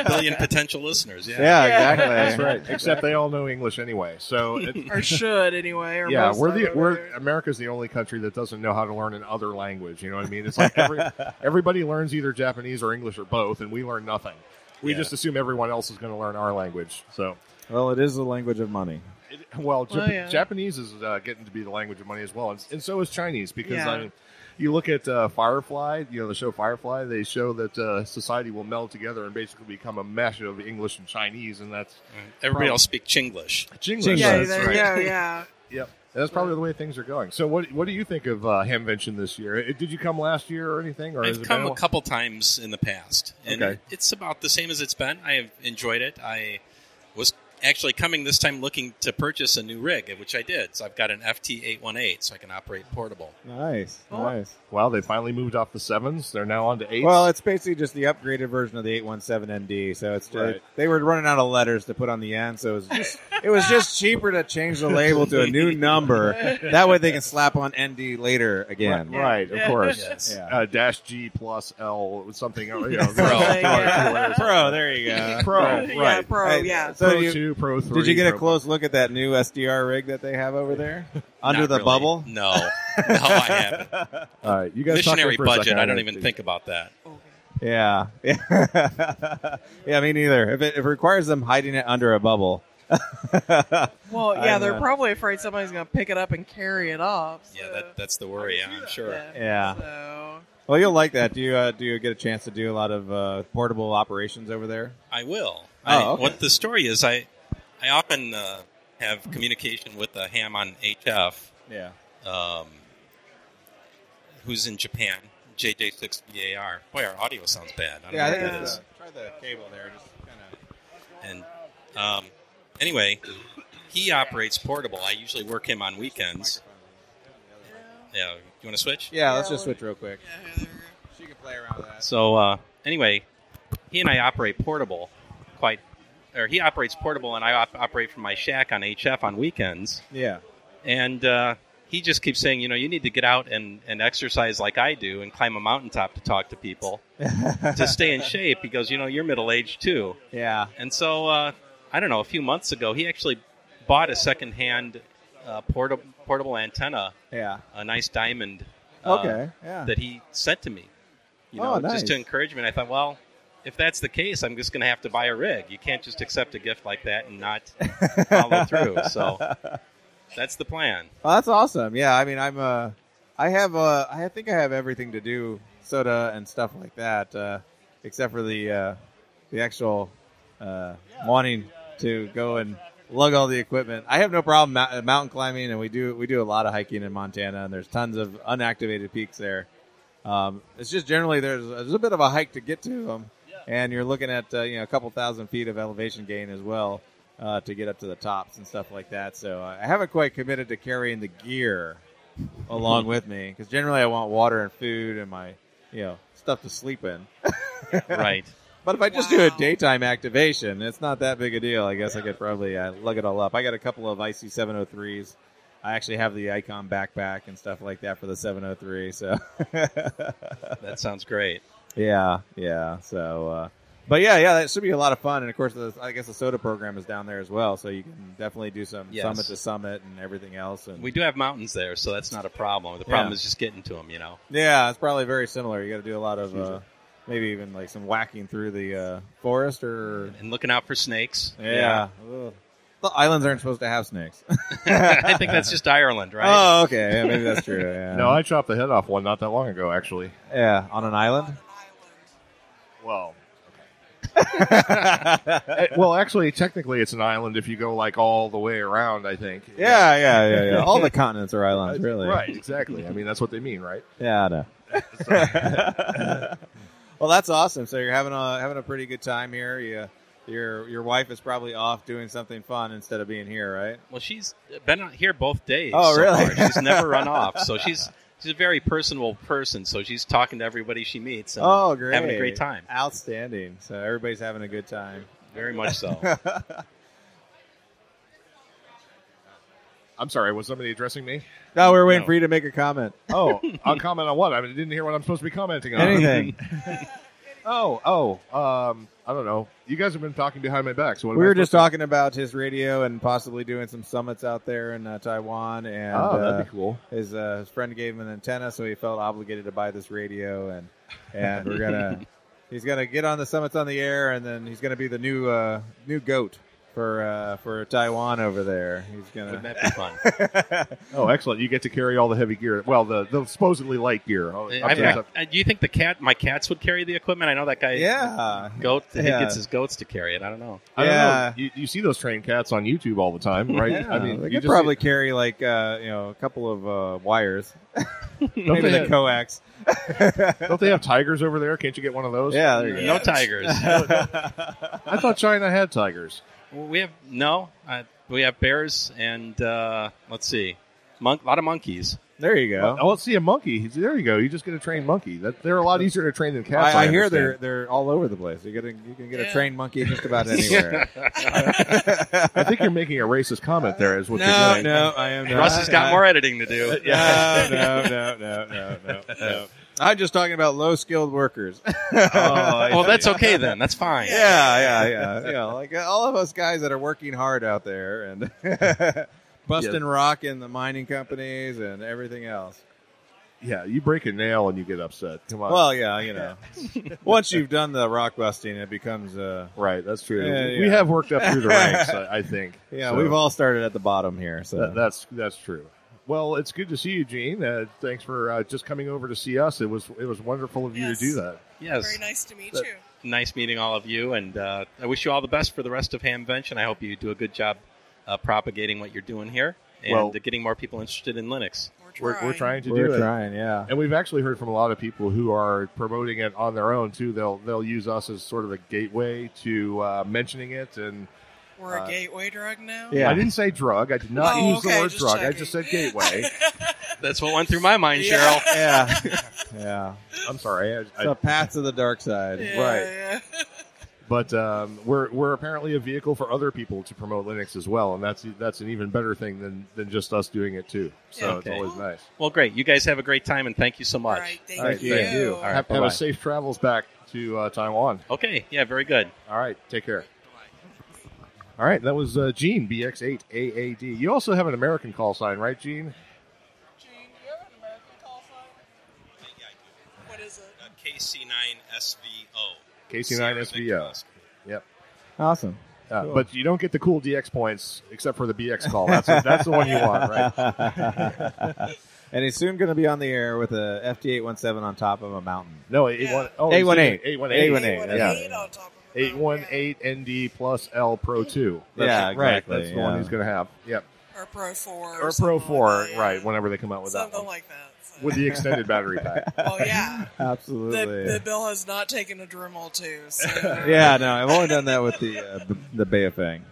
Speaker 6: a billion potential listeners. Yeah.
Speaker 5: exactly.
Speaker 2: That's right. Except they all know English anyway. So it,
Speaker 4: or should anyway. Or
Speaker 2: yeah,
Speaker 4: most
Speaker 2: we're
Speaker 4: of
Speaker 2: the
Speaker 4: it,
Speaker 2: we're
Speaker 4: or-
Speaker 2: America's the only country that doesn't know how to learn another language. You know what I mean? It's like every, everybody learns either Japanese or English or both, and we learn nothing. We
Speaker 5: Yeah.
Speaker 2: just assume everyone else is going to learn our language. So,
Speaker 5: Well, it is the language of money.
Speaker 2: it, well, Jap-
Speaker 4: Well, yeah.
Speaker 2: Japanese is uh, getting to be the language of money as well, and, and so is Chinese because
Speaker 4: Yeah.
Speaker 2: I mean, you look at uh, Firefly, you know the show Firefly. They show that uh, society will meld together and basically become a mesh of English and Chinese, and that's
Speaker 6: Everybody else speak Chinglish.
Speaker 2: Chinglish.
Speaker 4: yeah,
Speaker 5: That's
Speaker 4: there
Speaker 5: right.
Speaker 4: you go, yeah.
Speaker 2: Yep. That's probably the way things are going. So, what what do you think of uh, Hamvention this year? Uh, Did you come last year or anything? Or has
Speaker 6: I've
Speaker 2: it
Speaker 6: come
Speaker 2: been
Speaker 6: a couple times in the past, and
Speaker 2: Okay.
Speaker 6: it's about the same as it's been. I have enjoyed it. I was actually coming this time looking to purchase a new rig, which I did. So I've got an FT818, so I can operate portable.
Speaker 5: Nice,
Speaker 4: Well,
Speaker 5: nice.
Speaker 2: Wow, they finally moved off the sevens. They're now on to eights.
Speaker 5: Well, it's basically just the upgraded version of the 817ND. So it's
Speaker 2: Right.
Speaker 5: they were running out of letters to put on the end, so it was just it was just cheaper to change the label to a new number. That way they can slap on ND later again.
Speaker 2: right, of
Speaker 4: Yeah.
Speaker 2: course.
Speaker 6: Yes.
Speaker 5: Yeah.
Speaker 2: Uh, dash G plus L something. You know, Pro,
Speaker 4: Pro.
Speaker 5: Pro, there you go.
Speaker 2: Pro,
Speaker 4: yeah,
Speaker 2: right.
Speaker 4: pro,
Speaker 5: Hey,
Speaker 4: yeah.
Speaker 5: So
Speaker 2: Pro
Speaker 5: you-
Speaker 2: two, pro three.
Speaker 5: Did you get a
Speaker 2: pro-
Speaker 5: close look at that new SDR rig that they have over there under
Speaker 6: Not
Speaker 5: the
Speaker 6: really.
Speaker 5: bubble?
Speaker 6: No, no, I haven't.
Speaker 2: All right, you guys talk here
Speaker 6: Missionary
Speaker 2: for a
Speaker 6: budget.
Speaker 2: second.
Speaker 6: I don't even think about that.
Speaker 5: Yeah, yeah, me neither. If it, if it requires them hiding it under a bubble,
Speaker 4: Well, yeah,
Speaker 5: I'm,
Speaker 4: they're
Speaker 5: uh,
Speaker 4: probably afraid somebody's going to pick it up and carry it off.
Speaker 6: Yeah,
Speaker 4: so-
Speaker 6: that, that's the worry. Yeah, I'm sure.
Speaker 5: Yeah.
Speaker 4: So,
Speaker 5: well, you'll like that. Do you uh, do you get a chance to do a lot of uh, portable operations over there?
Speaker 6: I will.
Speaker 5: Oh,
Speaker 6: I,
Speaker 5: okay.
Speaker 6: What the story is, I I often uh, have communication with the ham on HF,
Speaker 5: Yeah.
Speaker 6: um, who's in Japan. JJ6VAR. Boy, our audio sounds bad. I don't
Speaker 5: Yeah, I
Speaker 6: know
Speaker 5: think
Speaker 6: what that
Speaker 5: it's,
Speaker 6: is.
Speaker 5: uh, try the cable there. Just kind of.
Speaker 6: And um, anyway, he operates portable. I usually work him on weekends. Yeah, you want to switch?
Speaker 5: Yeah, let's just switch real quick.
Speaker 4: yeah, there we go.
Speaker 5: She can play around with that.
Speaker 6: So uh, anyway, he and I operate portable, quite, or he operates portable, and I op- operate from my shack on HF on weekends.
Speaker 5: Yeah.
Speaker 6: And uh, he just keeps saying, you know, you need to get out and, and exercise like I do, and climb a mountaintop to talk to people to stay in shape. He goes, you know, you're middle aged too.
Speaker 5: Yeah.
Speaker 6: And so, uh, I don't know, a few months ago, he actually bought a secondhand uh, porta- portable antenna,
Speaker 5: Yeah.
Speaker 6: a nice diamond uh,
Speaker 5: Okay. Yeah.
Speaker 6: that he sent to me. You know,
Speaker 5: Oh,
Speaker 6: just to
Speaker 5: nice.
Speaker 6: encourage me. And I thought, well, if that's the case, I'm just going to have to buy a rig. You can't just accept a gift like that and not follow through. So that's the plan.
Speaker 5: Well, that's awesome. Yeah, I mean, I'm uh, I have uh, I think I have everything to do soda and stuff like that, uh, except for the uh, the actual uh, wanting to go and lug all the equipment. I have no problem mou- uh, mountain climbing, and we do we do a lot of hiking in Montana, and there's tons of unactivated peaks there. Um, it's just generally there's there's a bit of a hike to get to them, and you're looking at uh, you know a couple thousand feet of elevation gain as well uh, to get up to the tops and stuff like that. So uh, I haven't quite committed to carrying the gear along with me because generally I want water and food and my you know stuff to sleep in.
Speaker 6: Right.
Speaker 5: But if I just do a
Speaker 4: Wow.
Speaker 5: daytime activation, it's not that big a deal. I guess I could probably uh, lug it all up. I got a couple of IC 703s. I actually have the Icon backpack and stuff like that for the 703. So
Speaker 6: That sounds great.
Speaker 5: Yeah, yeah. So, uh, But yeah, yeah, that should be a lot of fun. And of course, the, I guess the soda program is down there as well, so you can definitely do some
Speaker 6: Yes.
Speaker 5: summit to summit and everything else. And
Speaker 6: We do have mountains there, so that's not a problem. The problem
Speaker 5: Yeah.
Speaker 6: is just getting to them, you know.
Speaker 5: yeah, it's probably very similar. You got to do a lot of uh, maybe even like some whacking through the uh, forest or
Speaker 6: And looking out for snakes.
Speaker 5: yeah. Ugh. The islands aren't supposed to have snakes.
Speaker 6: I think that's just Ireland, right?
Speaker 5: Oh, okay. Yeah, maybe that's true. Yeah.
Speaker 2: No, I chopped the head off one not that long ago, actually.
Speaker 5: yeah, on an island.
Speaker 2: Well, eh, well, actually, technically, it's an island if you go like all the way around. I think.
Speaker 5: Yeah, yeah, yeah, yeah. All the continents are islands, really.
Speaker 2: Right. Exactly. I mean, that's what they mean, right?
Speaker 5: Yeah, I know. well, that's awesome. So you're having a having a pretty good time here. You, your your wife is probably off doing something fun instead of being here, right?
Speaker 6: Well, she's been out here both days.
Speaker 5: Oh,
Speaker 6: so
Speaker 5: really?
Speaker 6: far. She's never run off. So she's she's a very personable person. So she's talking to everybody she meets. And
Speaker 5: oh, great!
Speaker 6: Having a great time.
Speaker 5: Outstanding. So everybody's having a good time.
Speaker 6: Very much so.
Speaker 2: I'm sorry. Was somebody addressing me?
Speaker 5: No, we are waiting
Speaker 6: No.
Speaker 5: for you to make a comment.
Speaker 2: Oh, I'll comment on what I didn't hear what I'm supposed to be commenting on.
Speaker 5: Anything.
Speaker 2: Oh, oh. Um, I don't know. You guys have been talking behind my back. So what am
Speaker 5: we
Speaker 2: I
Speaker 5: were just
Speaker 2: supposed
Speaker 5: talking about his radio and possibly doing some summits out there in uh, Taiwan, and
Speaker 2: to- Oh,
Speaker 5: uh,
Speaker 2: that'd be cool.
Speaker 5: his uh, his friend gave him an antenna, so he felt obligated to buy this radio, and and we're gonna he's gonna get on the summits on the air, and then he's gonna be the new uh, new goat for uh, for Taiwan over there. He's
Speaker 6: Wouldn't
Speaker 5: gonna
Speaker 6: that be fun?
Speaker 2: Oh, excellent. You get to carry all the heavy gear. Well, the, the supposedly light gear. Oh, up
Speaker 6: I've
Speaker 2: to-
Speaker 6: got- uh, do you think the cat, my cats, would carry the equipment? I know that guy.
Speaker 5: yeah
Speaker 6: Goat. He
Speaker 5: Yeah.
Speaker 6: gets his goats to carry it. I don't know.
Speaker 2: I don't
Speaker 5: Yeah.
Speaker 2: know. You, you see those trained cats on YouTube all the time, right?
Speaker 5: Yeah,
Speaker 2: I mean,
Speaker 5: they
Speaker 2: you
Speaker 5: could
Speaker 2: just
Speaker 5: probably carry like uh, you know a couple of uh, wires,
Speaker 2: see- don't,
Speaker 5: maybe
Speaker 2: they
Speaker 5: the
Speaker 2: have,
Speaker 5: coax.
Speaker 2: don't they have tigers over there? Can't you get one of those?
Speaker 5: Yeah, there you
Speaker 6: No
Speaker 5: go.
Speaker 6: tigers.
Speaker 2: I thought China had tigers.
Speaker 6: Well, we have no. Uh, we have bears and uh, let's see, monk. A lot of monkeys.
Speaker 5: There you go.
Speaker 2: Oh, let's see a monkey. There you go. You just get a trained monkey. That they're a lot easier to train than cats.
Speaker 5: I, I hear they're
Speaker 2: understand.
Speaker 5: they're all over the place. You get a, you can get a
Speaker 4: Yeah.
Speaker 5: trained monkey just about anywhere.
Speaker 2: I think you're making a racist comment there. Is what you're
Speaker 5: no,
Speaker 2: doing.
Speaker 5: no, I am not.
Speaker 6: Russ has got
Speaker 5: I-
Speaker 6: more editing to do.
Speaker 5: No, no, no, no, no, no, no. I'm just talking about low skilled workers. yeah,
Speaker 2: Oh,
Speaker 6: well, that's okay then. That's fine.
Speaker 5: yeah, yeah. You know, like uh, all of us guys that are working hard out there and busting rock in the mining companies and everything else.
Speaker 2: Yeah, you break a nail and you get upset. Come on.
Speaker 5: Well, yeah, you know. Once you've done the rock busting, it becomes uh
Speaker 2: right, that's true.
Speaker 5: Yeah,
Speaker 2: We
Speaker 5: yeah.
Speaker 2: have worked up through the ranks, I, I think.
Speaker 5: yeah,
Speaker 2: So,
Speaker 5: we've all started at the bottom here. So
Speaker 2: that- that's that's true. Well, it's good to see you, Gene. Uh, thanks for uh, just coming over to see us. It was it was wonderful of you
Speaker 4: Yes.
Speaker 2: to do that.
Speaker 6: Yes.
Speaker 4: Very nice to meet
Speaker 2: That-
Speaker 4: you.
Speaker 6: Nice meeting all of you, and uh, I wish you all the best for the rest of Hamvention. I hope you do a good job uh, propagating what you're doing here and
Speaker 2: Well-
Speaker 6: uh, getting more people interested in Linux.
Speaker 2: We're, we're trying to do
Speaker 5: we're
Speaker 2: it.
Speaker 5: trying, yeah.
Speaker 2: And we've actually heard from a lot of people who are promoting it on their own too. They'll they'll use us as sort of a gateway to uh, mentioning it. And
Speaker 4: We're
Speaker 2: Uh,
Speaker 4: a gateway drug now.
Speaker 5: Yeah.
Speaker 2: I didn't say drug. I did not
Speaker 4: Oh,
Speaker 2: use the
Speaker 4: okay,
Speaker 2: word
Speaker 4: just
Speaker 2: drug. I
Speaker 4: checking.
Speaker 2: just said gateway.
Speaker 6: That's what went through my mind,
Speaker 4: Yeah.
Speaker 6: Cheryl.
Speaker 5: Yeah. Yeah.
Speaker 2: I'm sorry. I, I,
Speaker 5: So paths of the dark side.
Speaker 4: Yeah,
Speaker 2: Right.
Speaker 4: yeah.
Speaker 2: but um, we're we're apparently a vehicle for other people to promote Linux as well, and that's that's an even better thing than than just us doing it too. So
Speaker 6: Yeah.
Speaker 2: it's
Speaker 6: Okay.
Speaker 2: always nice.
Speaker 6: Well, great. You guys have a great time, and thank you so
Speaker 4: All
Speaker 6: much.
Speaker 4: right. Thank,
Speaker 2: All right,
Speaker 4: you.
Speaker 2: thank
Speaker 5: you.
Speaker 6: All
Speaker 4: All
Speaker 6: right,
Speaker 2: have, have
Speaker 6: bye-bye.
Speaker 2: a safe travels back to uh, Taiwan.
Speaker 6: Okay. Yeah. Very good.
Speaker 2: All right, take care. All right, that was uh, Gene BX8AAD. You also have an American call sign, right, Gene?
Speaker 4: What is it?
Speaker 6: KC9SVO.
Speaker 2: KC9SVO. Yep.
Speaker 5: Awesome.
Speaker 2: Uh, But you don't get the cool DX points except for the BX call. That's that's the one you want, right?
Speaker 5: and he's soon going to be on the air with a FT817 on top of a mountain.
Speaker 2: No, eight one oh,
Speaker 5: Yeah. 818.
Speaker 2: 818.
Speaker 5: 818,
Speaker 2: Yeah.
Speaker 5: that's it.
Speaker 4: on top of it.
Speaker 2: 818ND plus L Pro 2. That's
Speaker 5: Yeah,
Speaker 2: right.
Speaker 5: exactly,
Speaker 2: That's the one
Speaker 5: yeah.
Speaker 2: he's going to have. Yep.
Speaker 4: Or Pro 4.
Speaker 2: Or Pro
Speaker 4: something
Speaker 2: 4,
Speaker 4: like that, yeah.
Speaker 2: right, whenever they come out with that. One.
Speaker 4: Something like that. so.
Speaker 2: with the extended battery pack.
Speaker 4: well, yeah.
Speaker 5: Absolutely.
Speaker 4: The, the bill has not taken a Dremel, too. So.
Speaker 5: yeah, no, I've only done that with the uh, b- the Bayafang.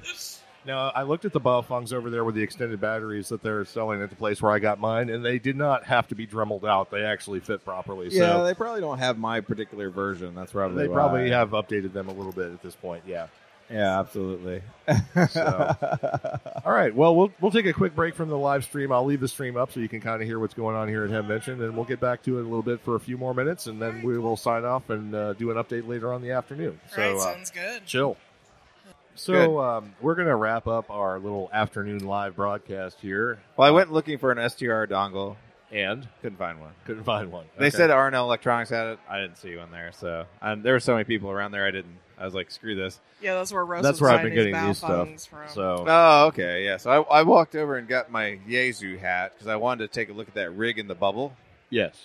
Speaker 2: Now, I looked at the Baofungs over there with the extended batteries that they're selling at the place where I got mine, and they did not have to be dremeled out. They actually fit properly.
Speaker 5: Yeah,
Speaker 2: so
Speaker 5: they probably don't have my particular version. That's probably
Speaker 2: they
Speaker 5: why.
Speaker 2: probably have updated them a little bit at this point. Yeah.
Speaker 5: Yeah, absolutely.
Speaker 2: So. All right. Well, we'll we'll take a quick break from the live stream. I'll leave the stream up so you can kind of hear what's going on here at Hemvention, and we'll get back to it a little bit for a few more minutes, and then we will sign off and uh, do an update later on in the afternoon. So,
Speaker 4: right,
Speaker 2: uh,
Speaker 4: sounds good.
Speaker 2: chill. So um, we're going to wrap up our little afternoon live broadcast here,
Speaker 5: Well, I went looking for an STR dongle,
Speaker 2: and
Speaker 5: couldn't find one.
Speaker 2: couldn't find one.
Speaker 5: They
Speaker 2: Okay.
Speaker 5: said RNL Electronics had it. I didn't see one there, so and there were so many people around there. I didn't. I was like, screw this.
Speaker 4: Yeah, that's where Russ
Speaker 2: that's
Speaker 4: was
Speaker 2: where I've
Speaker 4: finding
Speaker 2: been getting these
Speaker 4: his
Speaker 2: stuff.
Speaker 4: Baofeng's From.
Speaker 2: So
Speaker 5: Oh, okay, yeah. So I, I walked over and got my Yezu hat because I wanted to take a look at that rig in the bubble.
Speaker 2: yes,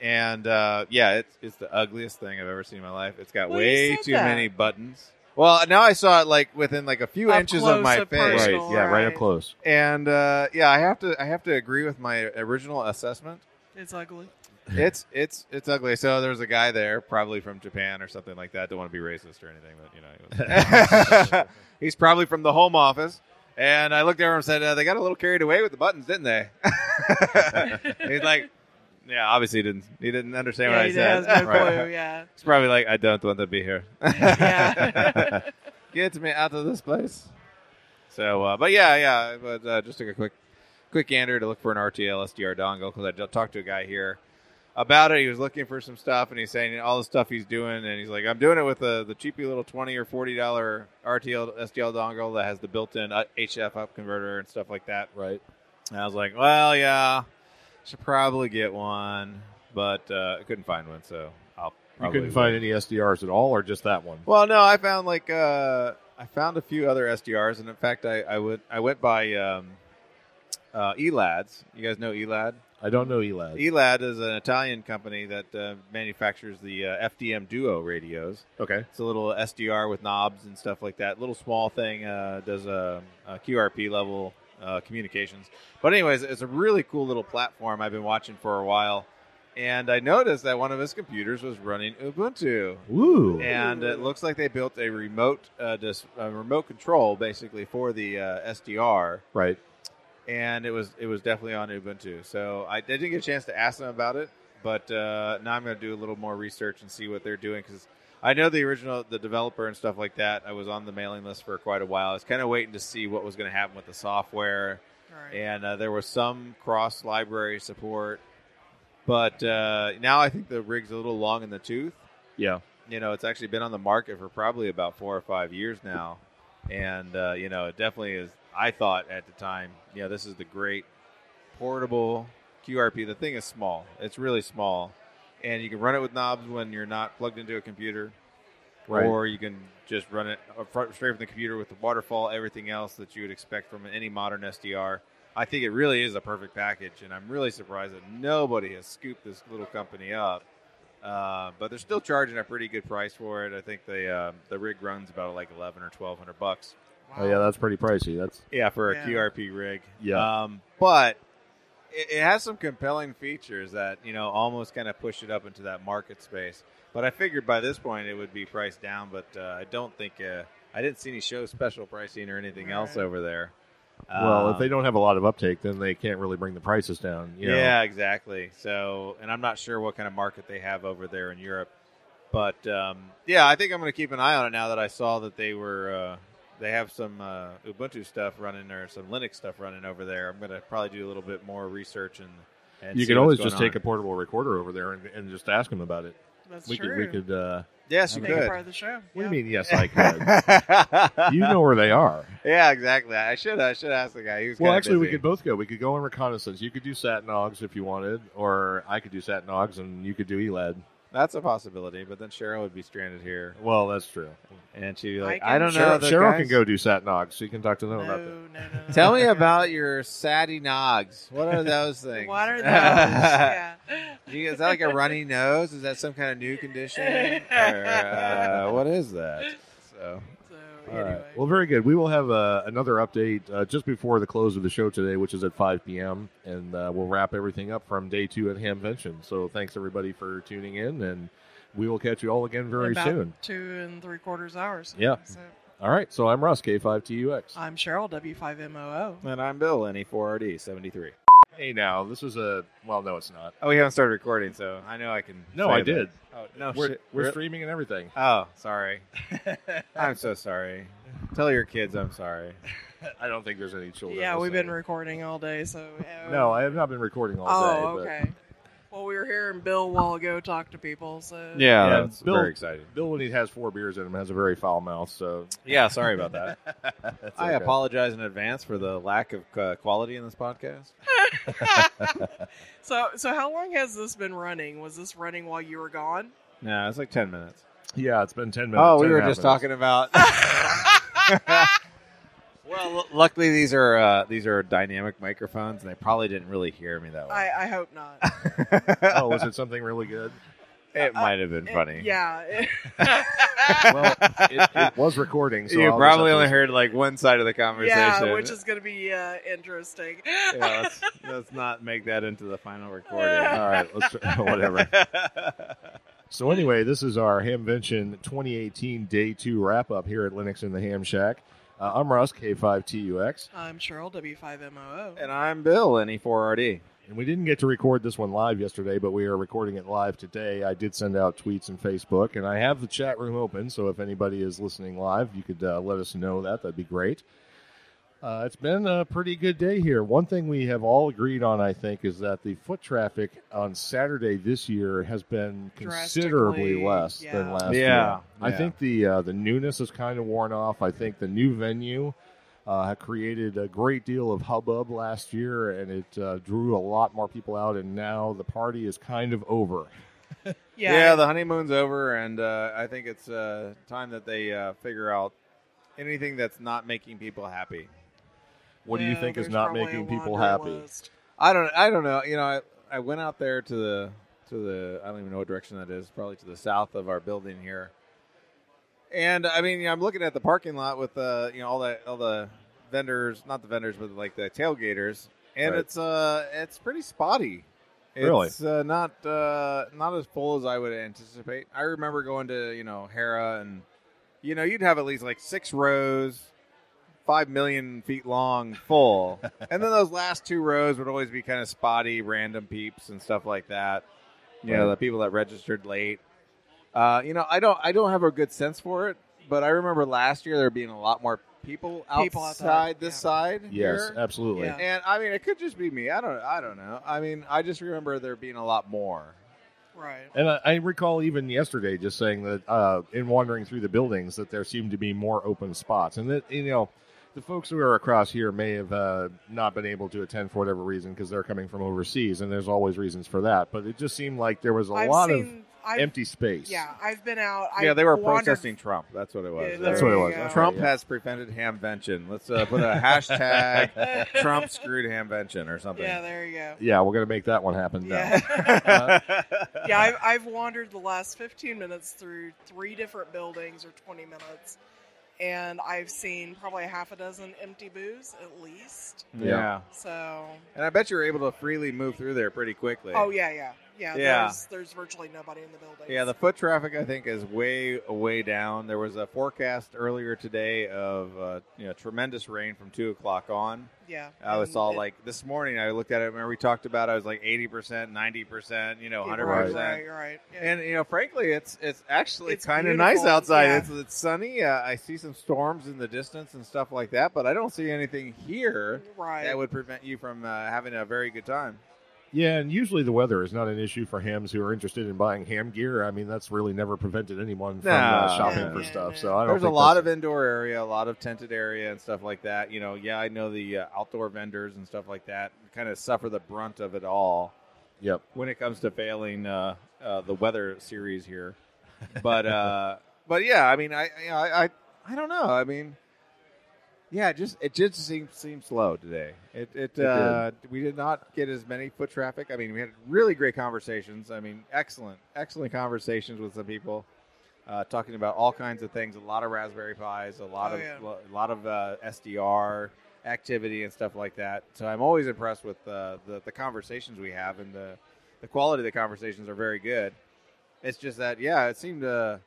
Speaker 5: And uh, yeah, it's it's the ugliest thing I've ever seen in my life. It's got
Speaker 4: Well, you
Speaker 5: way
Speaker 4: said
Speaker 5: too
Speaker 4: that.
Speaker 5: many buttons. Well, now I saw it like within like a few
Speaker 4: Up
Speaker 5: inches
Speaker 4: close,
Speaker 5: of my
Speaker 4: up
Speaker 5: face.
Speaker 2: right,
Speaker 4: Personal,
Speaker 2: yeah, right up
Speaker 4: right.
Speaker 2: close.
Speaker 5: And uh, yeah, I have to I have to agree with my original assessment.
Speaker 4: It's ugly.
Speaker 5: it's it's it's ugly. So there was a guy there, probably from Japan or something like that. Don't want to be racist or anything, but you know, he's probably from the Home Office. And I looked over and said, uh, "They got a little carried away with the buttons, didn't they?" he's like, "Yeah, obviously he didn't. He didn't understand
Speaker 4: yeah,
Speaker 5: what I
Speaker 4: he
Speaker 5: said."
Speaker 4: has no
Speaker 2: Right.
Speaker 4: clue. Yeah.
Speaker 5: He's probably like, "I don't want to be here.
Speaker 4: Yeah.
Speaker 5: Get me out of this place." So, uh, but yeah, yeah. But uh, just took a quick quick gander to look for an RTL SDR dongle because I ju- talked to a guy here about it. He was looking for some stuff, and he's saying all the stuff he's doing, and he's like, "I'm doing it with the the cheapy little twenty or forty dollar RTL SDL dongle that has the built-in uh, HF up converter and stuff like that."
Speaker 2: Right.
Speaker 5: And I was like, "Well, yeah, should probably get one, but uh, I couldn't find one, so I'll."
Speaker 2: You
Speaker 5: Probably
Speaker 2: couldn't find any SDRs at all, or just that one.
Speaker 5: well, no, I found like uh, I found a few other SDRs, and in fact, I, I would I went by um, uh, Elads. You guys know Elad?
Speaker 2: I don't know Elad.
Speaker 5: Elad is an Italian company that uh, manufactures the uh, FDM Duo radios.
Speaker 2: okay.
Speaker 5: It's a little SDR with knobs and stuff like that. Little small thing uh, does a, a QRP level uh, communications. But anyways, it's a really cool little platform I've been watching for a while, and I noticed that one of his computers was running Ubuntu
Speaker 2: Woo.
Speaker 5: and it looks like they built a remote uh, dis- a remote control basically for the uh, SDR,
Speaker 2: right.
Speaker 5: and it was it was definitely on Ubuntu. So I, I didn't get a chance to ask them about it, but uh, now I'm going to do a little more research and see what they're doing because I know the original the developer and stuff like that. I was on the mailing list for quite a while. I was kind of waiting to see what was going to happen with the software
Speaker 4: Right.
Speaker 5: and uh, there was some cross library support, but uh, now I think the rig's a little long in the tooth.
Speaker 2: Yeah.
Speaker 5: you know, it's actually been on the market for probably about four or five years now, and uh, you know, it definitely is. I thought at the time, you know, this is the great portable QRP. The thing is small; it's really small, and you can run it with knobs when you're not plugged into a computer,
Speaker 2: Right.
Speaker 5: or you can just run it up front- straight from the computer with the waterfall, everything else that you would expect from any modern SDR. I think it really is a perfect package, and I'm really surprised that nobody has scooped this little company up. Uh, but they're still charging a pretty good price for it. I think the uh, the rig runs about like eleven or twelve hundred bucks.
Speaker 4: Wow.
Speaker 2: Oh yeah, that's pretty pricey. That's
Speaker 5: Yeah, for a
Speaker 4: Yeah.
Speaker 5: QRP rig.
Speaker 2: Yeah.
Speaker 5: Um, but it, it has some compelling features that you know almost kind of push it up into that market space. But I figured by this point it would be priced down. But uh, I don't think uh, I didn't see any show special pricing or anything else
Speaker 4: Right.
Speaker 5: over there.
Speaker 2: well, if
Speaker 5: Um,
Speaker 2: they don't have a lot of uptake, then they can't really bring the prices down. you know.
Speaker 5: Yeah, exactly. So, and I'm not sure what kind of market they have over there in Europe, but um, yeah, I think I'm going to keep an eye on it now that I saw that they were uh, they have some uh, Ubuntu stuff running or some Linux stuff running over there. I'm going to probably do a little bit more research and. and
Speaker 2: you
Speaker 5: see
Speaker 2: can always
Speaker 5: what's
Speaker 2: just
Speaker 5: going
Speaker 2: take a portable recorder over there and, and just ask them about it.
Speaker 4: That's
Speaker 2: we
Speaker 4: true.
Speaker 2: could, we could. Uh,
Speaker 5: on. Yes, you
Speaker 4: Make it part
Speaker 5: could.
Speaker 4: of the show.
Speaker 2: What do you
Speaker 4: Yeah.
Speaker 2: mean? Yes, I could. you know where they are.
Speaker 5: yeah, exactly. I should I should ask the guy. He was
Speaker 2: Well,
Speaker 5: kinda
Speaker 2: actually, we
Speaker 5: busy.
Speaker 2: could both go. We could go on reconnaissance. You could do Sat Nogs if you wanted, or I could do Sat Nogs and you could do Elad.
Speaker 5: That's a possibility, but then Cheryl would be stranded here,
Speaker 2: Well, that's true.
Speaker 5: and she'd be
Speaker 4: I
Speaker 5: like,
Speaker 4: can-
Speaker 5: "I, don't know."
Speaker 2: Cheryl,
Speaker 5: the
Speaker 2: Cheryl can
Speaker 5: guys."
Speaker 2: go do Sat Nogs. She can talk to them
Speaker 4: No,
Speaker 2: about
Speaker 4: no,
Speaker 2: that.
Speaker 4: no, no,
Speaker 5: Tell me
Speaker 4: no.
Speaker 5: about your satty nogs. What are those things?
Speaker 4: What are those? yeah.
Speaker 5: You- is that like a runny nose? Is that some kind of new condition? Or, uh, what is that? So
Speaker 4: So
Speaker 2: All
Speaker 4: anyway,
Speaker 2: right. Well, very good. We will have uh, another update uh, just before the close of the show today, which is at 5 p.m., and uh, we'll wrap everything up from day two at Hamvention. So thanks, everybody, for tuning in, and we will catch you all again very
Speaker 4: about
Speaker 2: soon.
Speaker 4: Two and three quarters hours.
Speaker 2: Yeah.
Speaker 4: So
Speaker 2: All right. So I'm Russ, K5TUX.
Speaker 4: I'm Cheryl W5MOO.
Speaker 5: and I'm Bill, NE4RD seventy three.
Speaker 2: Hey, now, this is a. Well, no, it's not.
Speaker 5: Oh, we haven't started recording, so I know I can.
Speaker 2: No,
Speaker 5: say
Speaker 2: I
Speaker 5: that.
Speaker 2: did.
Speaker 5: Oh no,
Speaker 2: we're
Speaker 5: shit.
Speaker 2: we're
Speaker 5: Re-
Speaker 2: streaming and everything.
Speaker 5: Oh, sorry. I'm so sorry. Tell your kids I'm sorry.
Speaker 2: I don't think there's any children.
Speaker 4: Yeah, we've been
Speaker 2: listening.
Speaker 4: recording all day, so. uh,
Speaker 2: no, I have not been recording all
Speaker 4: Oh,
Speaker 2: day. but-
Speaker 4: okay. Well, we were hearing Bill a while ago talk to people, so.
Speaker 5: Yeah,
Speaker 2: Yeah, uh,
Speaker 5: that's
Speaker 2: Bill-
Speaker 5: very exciting.
Speaker 2: Bill, when he has four beers in him, has a very foul mouth. So
Speaker 5: Yeah, sorry about that.
Speaker 2: That's
Speaker 5: I
Speaker 2: okay.
Speaker 5: apologize in advance for the lack of uh, quality in this podcast.
Speaker 4: So, so how long has this been running? Was this running while you were gone?
Speaker 5: No, it's like ten minutes.
Speaker 2: Yeah, it's been ten minutes.
Speaker 5: Oh, we
Speaker 2: 10
Speaker 5: were
Speaker 2: and a half
Speaker 5: just
Speaker 2: minutes.
Speaker 5: talking about. well, l- luckily these are uh, these are dynamic microphones, and they probably didn't really hear me
Speaker 4: I,
Speaker 5: that well.
Speaker 4: I hope not.
Speaker 2: Oh, was it something really good?
Speaker 5: it might have been
Speaker 4: uh, It-
Speaker 5: funny.
Speaker 4: yeah.
Speaker 2: Well, it, it was recording. So
Speaker 5: you
Speaker 2: I'll
Speaker 5: probably
Speaker 2: just have
Speaker 5: only
Speaker 2: to-
Speaker 5: heard like one side of the conversation.
Speaker 4: yeah, which is going to be uh, interesting.
Speaker 5: Yeah, let's, let's not make that into the final recording. Uh,
Speaker 2: All right, let's try, whatever. So anyway, this is our Hamvention 2018 Day Two wrap up here at Linux in the Ham Shack. Uh, I'm Russ K5TUX,
Speaker 4: I'm Cheryl W5MOO.
Speaker 5: And I'm Bill, E NE4RD.
Speaker 2: and we didn't get to record this one live yesterday, but we are recording it live today. I did send out tweets and Facebook, and I have the chat room open. So if anybody is listening live, you could uh, let us know that. That'd be great. Uh, it's been a pretty good day here. One thing we have all agreed on, I think, is that the foot traffic on Saturday this year has been considerably
Speaker 4: Drastically,
Speaker 2: less than
Speaker 4: yeah.
Speaker 2: last year.
Speaker 5: Yeah,
Speaker 2: I
Speaker 5: yeah.
Speaker 2: think the uh, the newness has kind of worn off. I think the new venue uh, had created a great deal of hubbub last year, and it uh, drew a lot more people out. And now the party is kind of over.
Speaker 4: Yeah.
Speaker 5: the honeymoon's over, and uh, I think it's uh, time that they uh, figure out anything that's not making people happy.
Speaker 2: What do you
Speaker 4: Yeah,
Speaker 2: think is
Speaker 4: there's
Speaker 2: not
Speaker 4: probably a
Speaker 2: making people
Speaker 4: laundry
Speaker 2: happy?
Speaker 4: list.
Speaker 5: I don't. I don't know. You know, I, I went out there to the to the. I don't even know what direction that is. Probably to the south of our building here. And I mean, I'm looking at the parking lot with uh, you know all the all the vendors, not the vendors, but like the tailgaters, and
Speaker 2: Right.
Speaker 5: it's uh it's pretty spotty.
Speaker 2: Really?
Speaker 5: It's uh, not uh, not as full as I would anticipate. I remember going to you know Hera, and you know you'd have at least like six rows, five million feet long, full, and then those last two rows would always be kind of spotty, random peeps and stuff like that. You know,
Speaker 2: Right.
Speaker 5: the people that registered late. Uh, you know, I don't, I don't have a good sense for it, but I remember last year there being a lot more people outside,
Speaker 4: People outside,
Speaker 5: this
Speaker 4: yeah.
Speaker 5: side.
Speaker 2: Yes,
Speaker 5: here.
Speaker 2: absolutely.
Speaker 4: Yeah.
Speaker 5: And I mean, it could just be me. I don't. I don't know. I mean, I just remember there being a lot more.
Speaker 4: Right.
Speaker 2: And I, I recall even yesterday just saying that uh, in wandering through the buildings that there seemed to be more open spots, and that you know the folks who are across here may have uh, not been able to attend for whatever reason because they're coming from overseas, and there's always reasons for that. But it just seemed like there was a
Speaker 4: I've
Speaker 2: lot
Speaker 4: seen,
Speaker 2: of
Speaker 4: I've,
Speaker 2: empty space.
Speaker 4: Yeah, I've been out.
Speaker 5: yeah,
Speaker 4: I've
Speaker 5: they were
Speaker 4: wandered-
Speaker 5: protesting Trump. That's what it was.
Speaker 4: Yeah,
Speaker 2: That's
Speaker 4: there
Speaker 2: what it
Speaker 4: you
Speaker 2: was.
Speaker 4: go.
Speaker 2: That's
Speaker 5: Trump
Speaker 2: right, yeah.
Speaker 5: has prevented hamvention. Let's uh, put a hashtag Trump screwed hamvention or something.
Speaker 4: Yeah, there you go.
Speaker 2: Yeah, we're gonna make that one happen now.
Speaker 4: Yeah.
Speaker 2: Uh,
Speaker 4: yeah, I've, I've wandered the last 15 minutes through three different buildings or 20 minutes, and I've seen probably half a dozen empty booths at least.
Speaker 5: yeah.
Speaker 2: Yeah.
Speaker 4: So,
Speaker 5: And I bet you were able to freely move through there pretty quickly.
Speaker 4: oh, yeah, yeah. Yeah,
Speaker 5: Yeah.
Speaker 4: There's, there's virtually nobody in the building.
Speaker 5: Yeah, the foot traffic I think is way way down. There was a forecast earlier today of uh, you know tremendous rain from two o'clock on.
Speaker 4: yeah.
Speaker 5: I was
Speaker 4: and
Speaker 5: all
Speaker 4: it-
Speaker 5: like this morning. I looked at it. Remember we talked about? It, I was like eighty percent, ninety percent, you know,
Speaker 4: yeah,
Speaker 5: hundred
Speaker 4: Right,
Speaker 5: percent.
Speaker 4: right, right. Yeah.
Speaker 5: And you know, frankly, it's it's actually
Speaker 4: It's
Speaker 5: kind of nice
Speaker 4: beautiful,
Speaker 5: outside.
Speaker 4: yeah.
Speaker 5: It's it's sunny. Uh, I see some storms in the distance and stuff like that, but I don't see anything here
Speaker 4: right.
Speaker 5: that would prevent you from uh, having a very good time.
Speaker 2: yeah, and usually the weather is not an issue for hams who are interested in buying ham gear. I mean, that's really never prevented anyone from uh,
Speaker 5: No.
Speaker 2: shopping
Speaker 4: No,
Speaker 2: for
Speaker 4: no,
Speaker 2: stuff.
Speaker 4: no.
Speaker 2: So I don't.
Speaker 5: There's a
Speaker 2: think
Speaker 5: lot
Speaker 2: that's-
Speaker 5: of indoor area, a lot of tented area and stuff like that. You know, yeah, I know the uh, outdoor vendors and stuff like that kind of suffer the brunt of it all
Speaker 2: Yep.
Speaker 5: when it comes to failing uh, uh, the weather series here. But uh, but yeah, I mean, I you know, I, I I don't know. I mean, yeah, it just it just seems seems slow today. It it,
Speaker 2: It
Speaker 5: uh, we did not get as many foot traffic. I mean, we had really great conversations. I mean, excellent excellent conversations with some people. Uh, talking about all kinds of things, a lot of Raspberry Pis, a lot
Speaker 4: Oh,
Speaker 5: of
Speaker 4: yeah.
Speaker 5: a lot of uh, SDR, activity and stuff like that. So I'm always impressed with uh, the the conversations we have and the the quality of the conversations are very good. It's just that yeah, it seemed uh,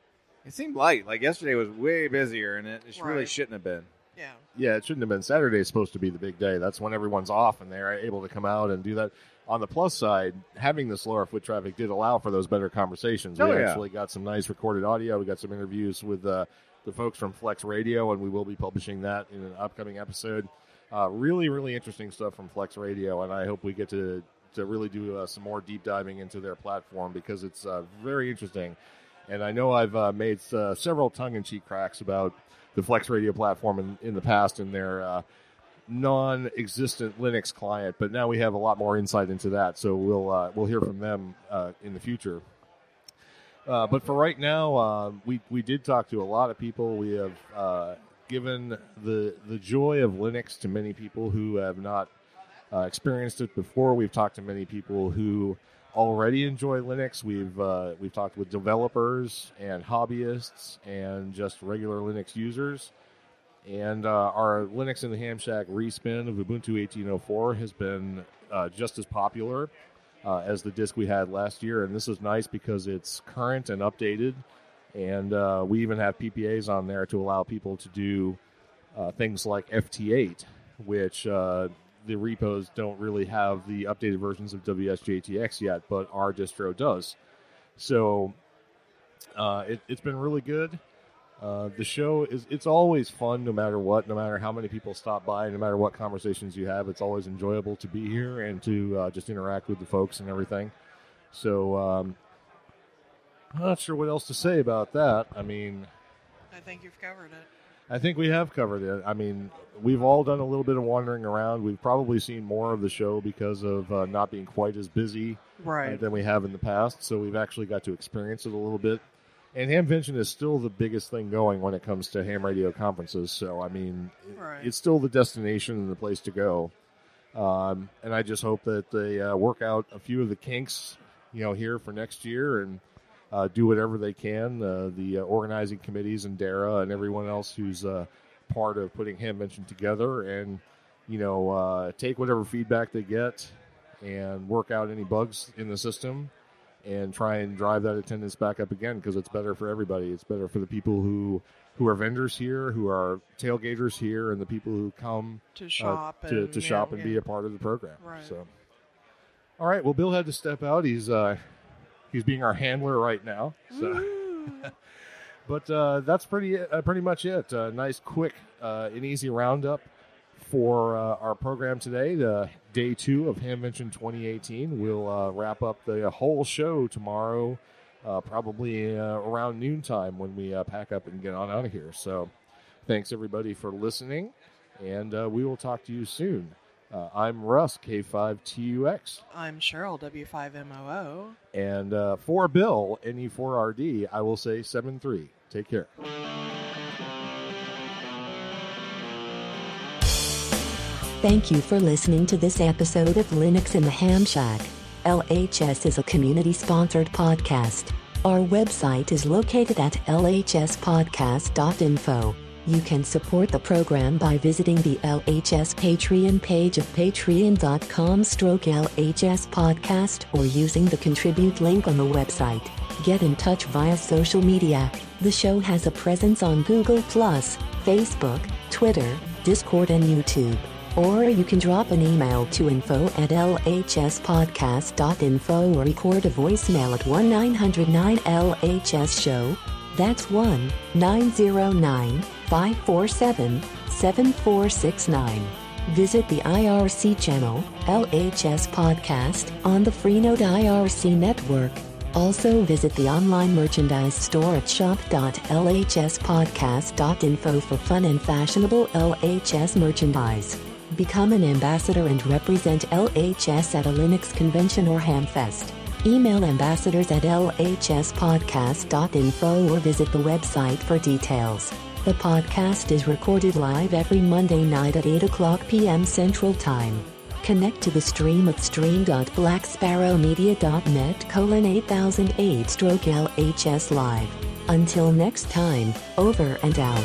Speaker 5: it seemed light. Like yesterday was way busier and it just really
Speaker 4: Right.
Speaker 5: shouldn't have been.
Speaker 4: yeah.
Speaker 2: Yeah, it shouldn't have been. Saturday is supposed to be the big day. That's when everyone's off and they're able to come out and do that. on the plus side, having this lower foot traffic did allow for those better conversations.
Speaker 5: Oh,
Speaker 2: we
Speaker 5: yeah.
Speaker 2: actually got some nice recorded audio. We got some interviews with uh, the folks from Flex Radio, and we will be publishing that in an upcoming episode. Uh, really, really interesting stuff from Flex Radio, and I hope we get to to really do uh, some more deep diving into their platform because it's uh, very interesting. And I know I've uh, made uh, several tongue in cheek cracks about the Flex Radio platform in, in the past and their uh, non existent Linux client, but now we have a lot more insight into that. So we'll, uh, we'll hear from them uh, in the future. Uh, but for right now, uh, we, we did talk to a lot of people. We have uh, given the, the joy of Linux to many people who have not uh, experienced it before. We've talked to many people who already enjoy Linux. We've uh, we've talked with developers and hobbyists and just regular Linux users. And uh, our Linux in the Ham Shack respin of Ubuntu 18.04 has been uh, just as popular uh, as the disk we had last year. And this is nice because it's current and updated. And uh, we even have PPAs on there to allow people to do uh, things like FT8, which uh, the repos don't really have the updated versions of WSJTX yet, but our distro does. So uh, it, it's been really good. Uh, the show is it's always fun no matter what no matter how many people stop by no matter what conversations you have it's always enjoyable to be here and to uh, just interact with the folks and everything so um, i'm not sure what else to say about that i mean
Speaker 4: I think you've covered it.
Speaker 2: I think we have covered it. I mean, we've all done a little bit of wandering around. We've probably seen more of the show because of uh, not being quite as busy uh,
Speaker 4: Right.
Speaker 2: than we have in the past. So we've actually got to experience it a little bit. And Hamvention is still the biggest thing going when it comes to ham radio conferences. So, I mean, it-
Speaker 4: Right.
Speaker 2: it's still the destination and the place to go. Um, and I just hope that they uh, work out a few of the kinks, you know, here for next year and uh, do whatever they can. Uh, the uh, organizing committees and Dara and everyone else who's uh, part of putting Hamvention together and, you know, uh, take whatever feedback they get and work out any bugs in the system and try and drive that attendance back up again because it's better for everybody. It's better for the people who who are vendors here, who are tailgaters here, and the people who come
Speaker 4: to shop
Speaker 2: uh, to,
Speaker 4: and,
Speaker 2: to
Speaker 4: yeah,
Speaker 2: shop and
Speaker 4: yeah.
Speaker 2: be a part of the program.
Speaker 4: Right.
Speaker 2: So, all right. Well, Bill had to step out. He's uh, he's being our handler right now. So. But uh, that's pretty uh, pretty much it. Uh, nice, quick, uh, and easy roundup for uh, our program today. The day two of Hamvention 2018. We'll uh, wrap up the whole show tomorrow, uh, probably uh, around noontime when we uh, pack up and get on out of here. So, thanks everybody for listening, and uh, we will talk to you soon. Uh, I'm Russ K5TUX,
Speaker 4: I'm Cheryl W5MOO.
Speaker 2: and uh, for Bill E NE4RD, I will say seven three. Take care.
Speaker 7: Thank you for listening to this episode of Linux in the Ham Shack. LHS is a community sponsored podcast. Our website is located at lhspodcast.info. You can support the program by visiting the LHS Patreon page of patreon.com stroke LHS podcast or using the contribute link on the website. Get in touch via social media. The show has a presence on Google Plus, Facebook, Twitter, Discord, and YouTube. Or you can drop an email to info at lhspodcast.info or record a voicemail at 1 909 LHS Show. That's 1 909 547 7469. Visit the IRC channel, LHS Podcast, on the Freenode IRC network. Also visit the online merchandise store at shop.lhspodcast.info for fun and fashionable LHS merchandise. Become an ambassador and represent LHS at a Linux convention or hamfest. Email ambassadors at lhspodcast.info or visit the website for details. The podcast is recorded live every Monday night at 8 o'clock p.m. Central Time. Connect to the stream at stream.blacksparrowmedia.net colon 8008 stroke LHS live. Until next time, over and out.